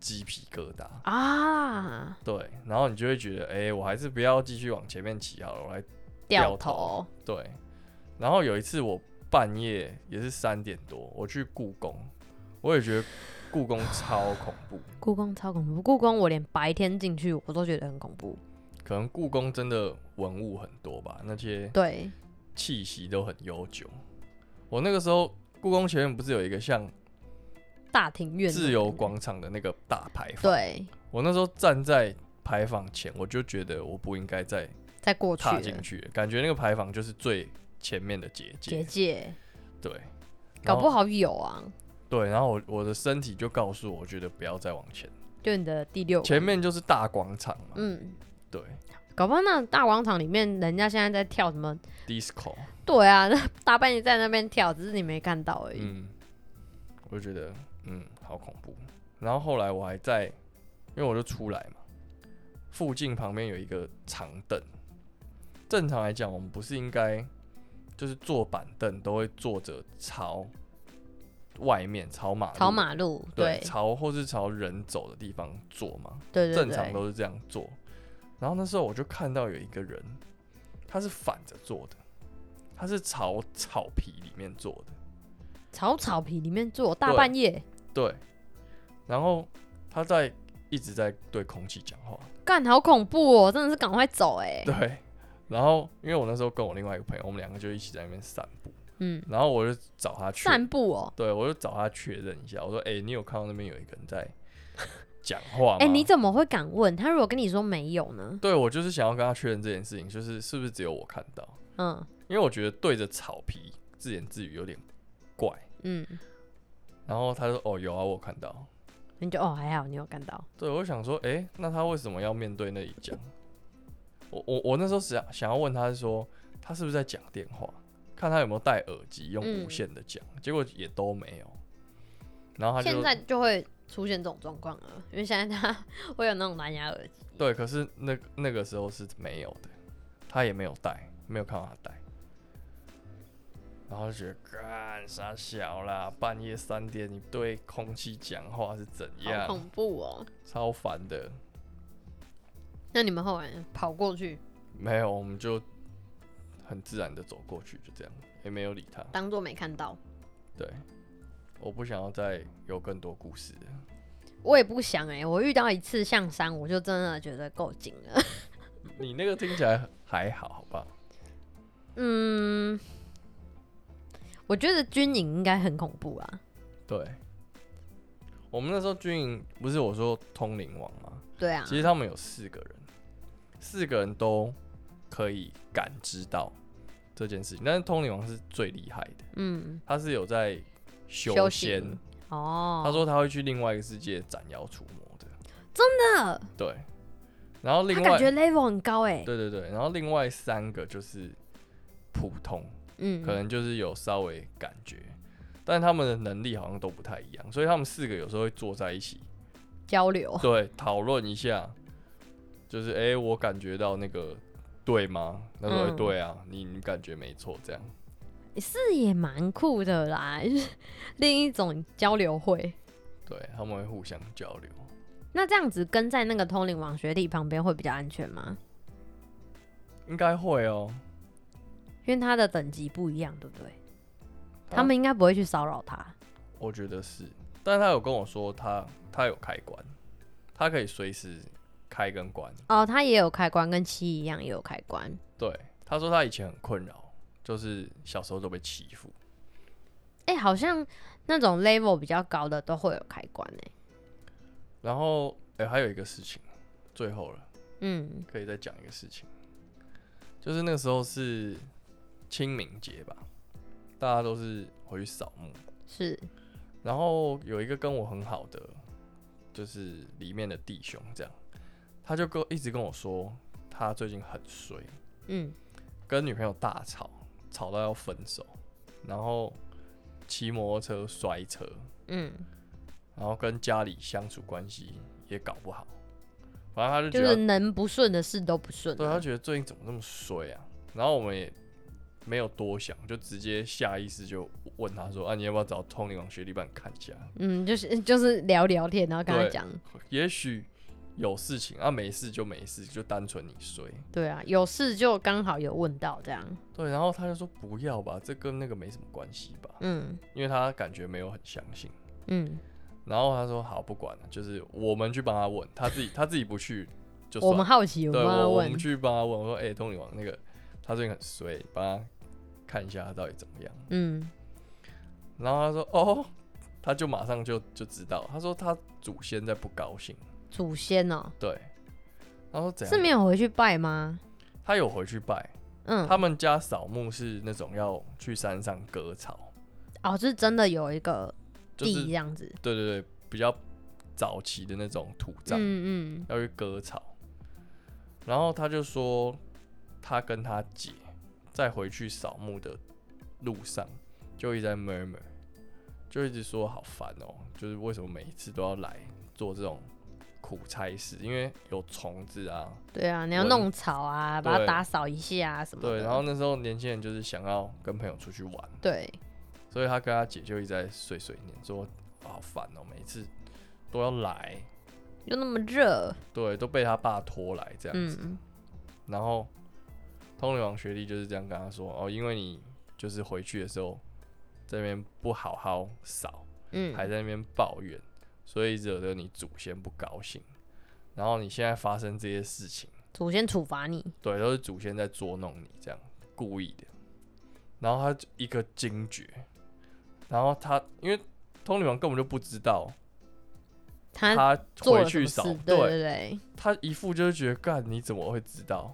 [SPEAKER 1] 鸡皮疙瘩。
[SPEAKER 2] 啊，
[SPEAKER 1] 对，然后你就会觉得，哎、我还是不要继续往前面骑好了，我来
[SPEAKER 2] 掉
[SPEAKER 1] 掉
[SPEAKER 2] 头
[SPEAKER 1] 头，对。然后有一次我半夜也是三点多，我去故宫，我也觉得故宫超恐怖，
[SPEAKER 2] 故宫超恐怖，故宫我连白天进去我都觉得很恐怖。
[SPEAKER 1] 可能故宫真的文物很多吧，那些
[SPEAKER 2] 对，
[SPEAKER 1] 气息都很悠久。我那个时候故宫前面不是有一个像
[SPEAKER 2] 大庭院
[SPEAKER 1] 自由
[SPEAKER 2] 光，
[SPEAKER 1] 广场的那个大牌坊？
[SPEAKER 2] 对，
[SPEAKER 1] 我那时候站在牌坊前，我就觉得我不应该再
[SPEAKER 2] 再过去
[SPEAKER 1] 踏
[SPEAKER 2] 了
[SPEAKER 1] 进去了，感觉那个牌坊就是最前面的结界。
[SPEAKER 2] 结界，
[SPEAKER 1] 对，然
[SPEAKER 2] 搞
[SPEAKER 1] 后
[SPEAKER 2] 不好有啊，
[SPEAKER 1] 对，然后我我的身体就告诉我，我觉得不要再往前，
[SPEAKER 2] 就你的第六
[SPEAKER 1] 前
[SPEAKER 2] 感，
[SPEAKER 1] 面就是大广场嘛，
[SPEAKER 2] 嗯，
[SPEAKER 1] 对
[SPEAKER 2] 搞不好那大广场里面人家现在在跳什么？
[SPEAKER 1] ，disco，
[SPEAKER 2] 对啊， 那大半夜在那边跳，只是你没看到而已。
[SPEAKER 1] 嗯，我就觉得嗯好恐怖。然后后来我还在，因为我就出来嘛，附近旁边有一个长凳，正常来讲，我们不是应该就是坐板凳都会坐着朝外面朝马路
[SPEAKER 2] 朝马路，
[SPEAKER 1] 嗯对
[SPEAKER 2] 对
[SPEAKER 1] 朝或是朝人走的地方坐吗？
[SPEAKER 2] 对对，
[SPEAKER 1] 正
[SPEAKER 2] 对
[SPEAKER 1] 常都是这样做。然后那时候我就看到有一个人，他是反着坐的，他是朝草皮里面坐的，
[SPEAKER 2] 草草皮里面坐，大
[SPEAKER 1] 对
[SPEAKER 2] 半夜
[SPEAKER 1] 对。然后他在一直在对空气讲话，
[SPEAKER 2] 干，好恐怖哦！真的是赶快走哎、
[SPEAKER 1] 对。然后因为我那时候跟我另外一个朋友，我们两个就一起在那边散步，
[SPEAKER 2] 嗯，
[SPEAKER 1] 然后我就找他确，
[SPEAKER 2] 散步哦。
[SPEAKER 1] 对我就找他确认一下，我说：“哎、你有看到那边有一个人在讲话吗？”
[SPEAKER 2] 哎、你怎么会敢问他？如果跟你说没有呢？
[SPEAKER 1] 对我就是想要跟他确认这件事情，就是是不是只有我看到。
[SPEAKER 2] 嗯
[SPEAKER 1] 因为我觉得对着草皮自言自语有点怪。
[SPEAKER 2] 嗯，
[SPEAKER 1] 然后他说：“哦，有啊，我有看到。
[SPEAKER 2] 你就哦还好，你有看到，”
[SPEAKER 1] 对，我想说，诶，那他为什么要面对那里讲？我我我那时候想想要问他说，他是不是在讲电话？看他有没有戴耳机用
[SPEAKER 2] 嗯
[SPEAKER 1] 无线的讲，结果也都没有。然后他
[SPEAKER 2] 现
[SPEAKER 1] 就
[SPEAKER 2] 在就会出现这种状况了，因为现在他 会有那种蓝牙耳机，
[SPEAKER 1] 对，可是那那个时候是没有的，他也没有戴，没有看到他戴。然后就觉得干傻小啦，半夜三点你对空气讲话是怎
[SPEAKER 2] 好
[SPEAKER 1] 样？
[SPEAKER 2] 恐怖哦。
[SPEAKER 1] 超烦的。
[SPEAKER 2] 那你们后来跑过去，
[SPEAKER 1] 没有，我们就很自然的走过去，就这样，也没有理他。
[SPEAKER 2] 当做没看到，
[SPEAKER 1] 对，我不想要再有更多故事了。
[SPEAKER 2] 我也不想哎、我遇到一次象山，我就真的觉得够紧了。
[SPEAKER 1] 你那个听起来还好，好吧？
[SPEAKER 2] 嗯，我觉得军营应该很恐怖啊。
[SPEAKER 1] 对，我们那时候军营不是我说通灵王吗？
[SPEAKER 2] 对啊，
[SPEAKER 1] 其实他们有四个人，四个人都可以感知到这件事情，但是通灵王是最厉害的，
[SPEAKER 2] 嗯，
[SPEAKER 1] 他是有在修
[SPEAKER 2] 修
[SPEAKER 1] 仙，
[SPEAKER 2] 行哦，
[SPEAKER 1] 他说他会去另外一个世界斩妖除魔的。
[SPEAKER 2] 那
[SPEAKER 1] 对，然后另
[SPEAKER 2] 他
[SPEAKER 1] 外
[SPEAKER 2] 感觉 level 很高哎、
[SPEAKER 1] 对对对，然后另外三个就是普通，
[SPEAKER 2] 嗯，
[SPEAKER 1] 可能就是有稍微感觉，但他们的能力好像都不太一样，所以他们四个有时候会坐在一起，
[SPEAKER 2] 交流，
[SPEAKER 1] 对，讨论一下，就是哎、诶我感觉到那个对吗？他说、诶
[SPEAKER 2] 嗯
[SPEAKER 1] 对啊，你你感觉没错，这样。
[SPEAKER 2] 这也蛮酷的啦， 就是另一种交流会。
[SPEAKER 1] 对，他们会互相交流。
[SPEAKER 2] 那这样子跟在那个通灵王学弟旁边会比较安全吗？
[SPEAKER 1] 应该会哦、
[SPEAKER 2] 因为他的等级不一样，对不对？
[SPEAKER 1] 他
[SPEAKER 2] 他们应该不会去骚扰他。
[SPEAKER 1] 我觉得是，但是他有跟我说他他有开关，他可以随时开跟关。
[SPEAKER 2] 哦，他也有开关，跟七一样也有开关。
[SPEAKER 1] 对，他说他以前很困扰，就是小时候都被欺负。
[SPEAKER 2] 哎、好像那种 level 比较高的都会有开关哎、
[SPEAKER 1] 然后，哎、还有一个事情，最后了，
[SPEAKER 2] 嗯，
[SPEAKER 1] 可以再讲一个事情，就是那个时候是清明节吧，大家都是回去扫墓，
[SPEAKER 2] 是，
[SPEAKER 1] 然后有一个跟我很好的，就是里面的弟兄这样，他就跟一直跟我说，他最近很衰，
[SPEAKER 2] 嗯，
[SPEAKER 1] 跟女朋友大吵，吵到要分手，然后骑摩托车摔车，
[SPEAKER 2] 嗯，
[SPEAKER 1] 然后跟家里相处关系也搞不好，反正他就
[SPEAKER 2] 就
[SPEAKER 1] 觉得，
[SPEAKER 2] 是能不顺的事都不顺啊
[SPEAKER 1] 对他
[SPEAKER 2] 了，
[SPEAKER 1] 觉得最近怎么这么衰啊？然后我们也没有多想，就直接下意识就问他说：“啊，你要不要找通灵王学弟帮你看一下？
[SPEAKER 2] 嗯，就是 就是聊聊天，然后跟他
[SPEAKER 1] 对
[SPEAKER 2] 讲，
[SPEAKER 1] 也许有事情啊，没事就没事，就单纯你衰。
[SPEAKER 2] 对啊，有事就刚好有问到这样，”
[SPEAKER 1] 对，然后他就说：“不要吧，这跟那个没什么关系吧？”
[SPEAKER 2] 嗯
[SPEAKER 1] 因为他感觉没有很相信。
[SPEAKER 2] 嗯，
[SPEAKER 1] 然后他说好，不管了，就是我们去帮他问，他自己他自己不去就算
[SPEAKER 2] 我
[SPEAKER 1] 了。
[SPEAKER 2] 们好奇，我
[SPEAKER 1] 对，
[SPEAKER 2] 们要
[SPEAKER 1] 我我
[SPEAKER 2] 问
[SPEAKER 1] 们，去帮他问，我说哎，通灵王那个他最近很衰，帮他看一下他到底怎么样。
[SPEAKER 2] 嗯，
[SPEAKER 1] 然后他说哦，他就马上就就知道，他说他祖先在不高兴，
[SPEAKER 2] 祖先哦、
[SPEAKER 1] 对，他说怎
[SPEAKER 2] 是没
[SPEAKER 1] 样？
[SPEAKER 2] 有回去拜吗？
[SPEAKER 1] 他有回去拜，
[SPEAKER 2] 嗯，
[SPEAKER 1] 他们家扫墓是那种要去山上割草，
[SPEAKER 2] 哦，是真的有一个
[SPEAKER 1] 就是
[SPEAKER 2] 地啊这样子，
[SPEAKER 1] 对对对，比较早期的那种土葬。
[SPEAKER 2] 嗯嗯，
[SPEAKER 1] 要去割草，然后他就说他跟他姐在回去扫墓的路上就一直在 murmur，就一直说好烦哦、就是为什么每一次都要来做这种苦差事，因为有虫子啊，
[SPEAKER 2] 对啊，你要
[SPEAKER 1] 文
[SPEAKER 2] 弄草啊，把它
[SPEAKER 1] 对
[SPEAKER 2] 打扫一下啊什么的，
[SPEAKER 1] 对，然后那时候年轻人就是想要跟朋友出去玩，
[SPEAKER 2] 对，
[SPEAKER 1] 所以他跟他姐就一直在碎碎念说好烦哦、每一次都要来，
[SPEAKER 2] 又那么热，
[SPEAKER 1] 对，都被他爸拖来这样子。
[SPEAKER 2] 嗯，
[SPEAKER 1] 然后通灵王学弟就是这样跟他说：“哦，因为你就是回去的时候在那边不好好扫，
[SPEAKER 2] 嗯
[SPEAKER 1] 还在那边抱怨，所以惹得你祖先不高兴。然后你现在发生这些事情，
[SPEAKER 2] 祖先处罚你，
[SPEAKER 1] 对，都是祖先在捉弄你，这样故意的。”然后他就一个惊觉，然后他因为通灵王根本就不知道
[SPEAKER 2] 他
[SPEAKER 1] 他
[SPEAKER 2] 做
[SPEAKER 1] 回
[SPEAKER 2] 了什
[SPEAKER 1] 去
[SPEAKER 2] 么
[SPEAKER 1] 扫
[SPEAKER 2] 事，对
[SPEAKER 1] 对，
[SPEAKER 2] 对对，
[SPEAKER 1] 他一副就是觉得，干你怎么会知道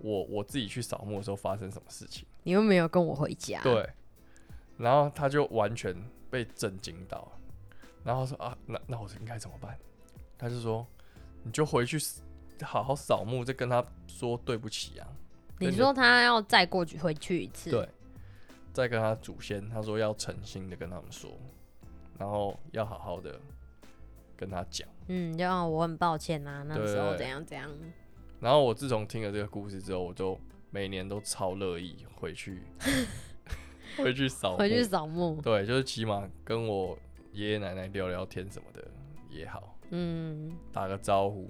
[SPEAKER 1] 我我自己去扫墓的时候发生什么事情？
[SPEAKER 2] 你又没有跟我回家，，
[SPEAKER 1] 对，然后他就完全被震惊到了，然后他说啊，那那我应该怎么办？他就说，你就回去好好扫墓，再跟他说对不起啊。
[SPEAKER 2] 你
[SPEAKER 1] 跟
[SPEAKER 2] 说他要再过去回去一次，
[SPEAKER 1] 对，再跟他祖先，他说要诚心的跟他们说，然后要好好的跟他讲。
[SPEAKER 2] 嗯，就让我很抱歉啊，那
[SPEAKER 1] 对
[SPEAKER 2] 时候
[SPEAKER 1] 对
[SPEAKER 2] 怎样怎样，
[SPEAKER 1] 然后我自从听了这个故事之后，我就每年都超乐意回 去回去扫墓，
[SPEAKER 2] 回去扫墓，
[SPEAKER 1] 对，就是起码跟我爷爷奶奶聊聊天什么的也好，
[SPEAKER 2] 嗯，
[SPEAKER 1] 打个招呼。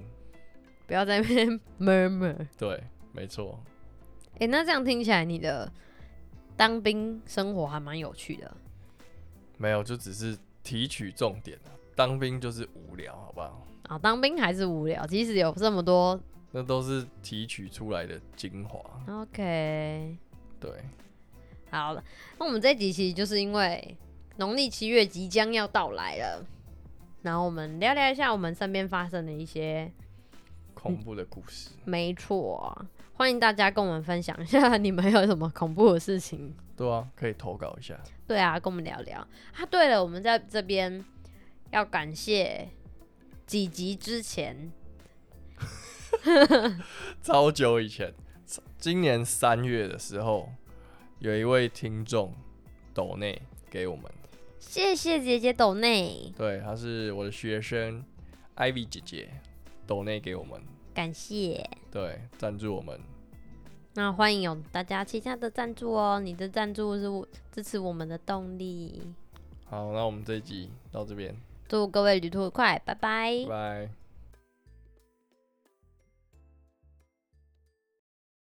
[SPEAKER 2] 不要在那边 murmur。
[SPEAKER 1] 对，没错，
[SPEAKER 2] 哎、那这样听起来，你的当兵生活还蛮有趣的。
[SPEAKER 1] 没有就只是提取重点啊当兵就是无聊，好不好？
[SPEAKER 2] 啊，当兵还是无聊，即使有这么多。
[SPEAKER 1] 那都是提取出来的精华。
[SPEAKER 2] OK，
[SPEAKER 1] 对，
[SPEAKER 2] 好了，那我们这几期就是因为农历七月即将要到来了，然后我们聊聊一下我们身边发生的一些。嗯
[SPEAKER 1] 恐怖的故事。
[SPEAKER 2] 没错，欢迎大家跟我们分享一下你们有什么恐怖的事情。
[SPEAKER 1] 对啊，可以投稿一下。
[SPEAKER 2] 对啊，跟我们聊聊啊。对了，我们在这边要感谢几集之前，
[SPEAKER 1] 超久以前，今年三月的时候，有一位听众抖内给我们，
[SPEAKER 2] 谢谢姐姐抖内，
[SPEAKER 1] 对，她是我的学生 Ivy 姐姐，抖内给我们，
[SPEAKER 2] 感谢。
[SPEAKER 1] 对，赞助我们，
[SPEAKER 2] 那欢迎有大家其他的赞助哦，你的赞助是我支持我们的动力。
[SPEAKER 1] 好，那我们这一集到这边，
[SPEAKER 2] 祝各位旅途愉快，拜拜
[SPEAKER 1] 拜拜。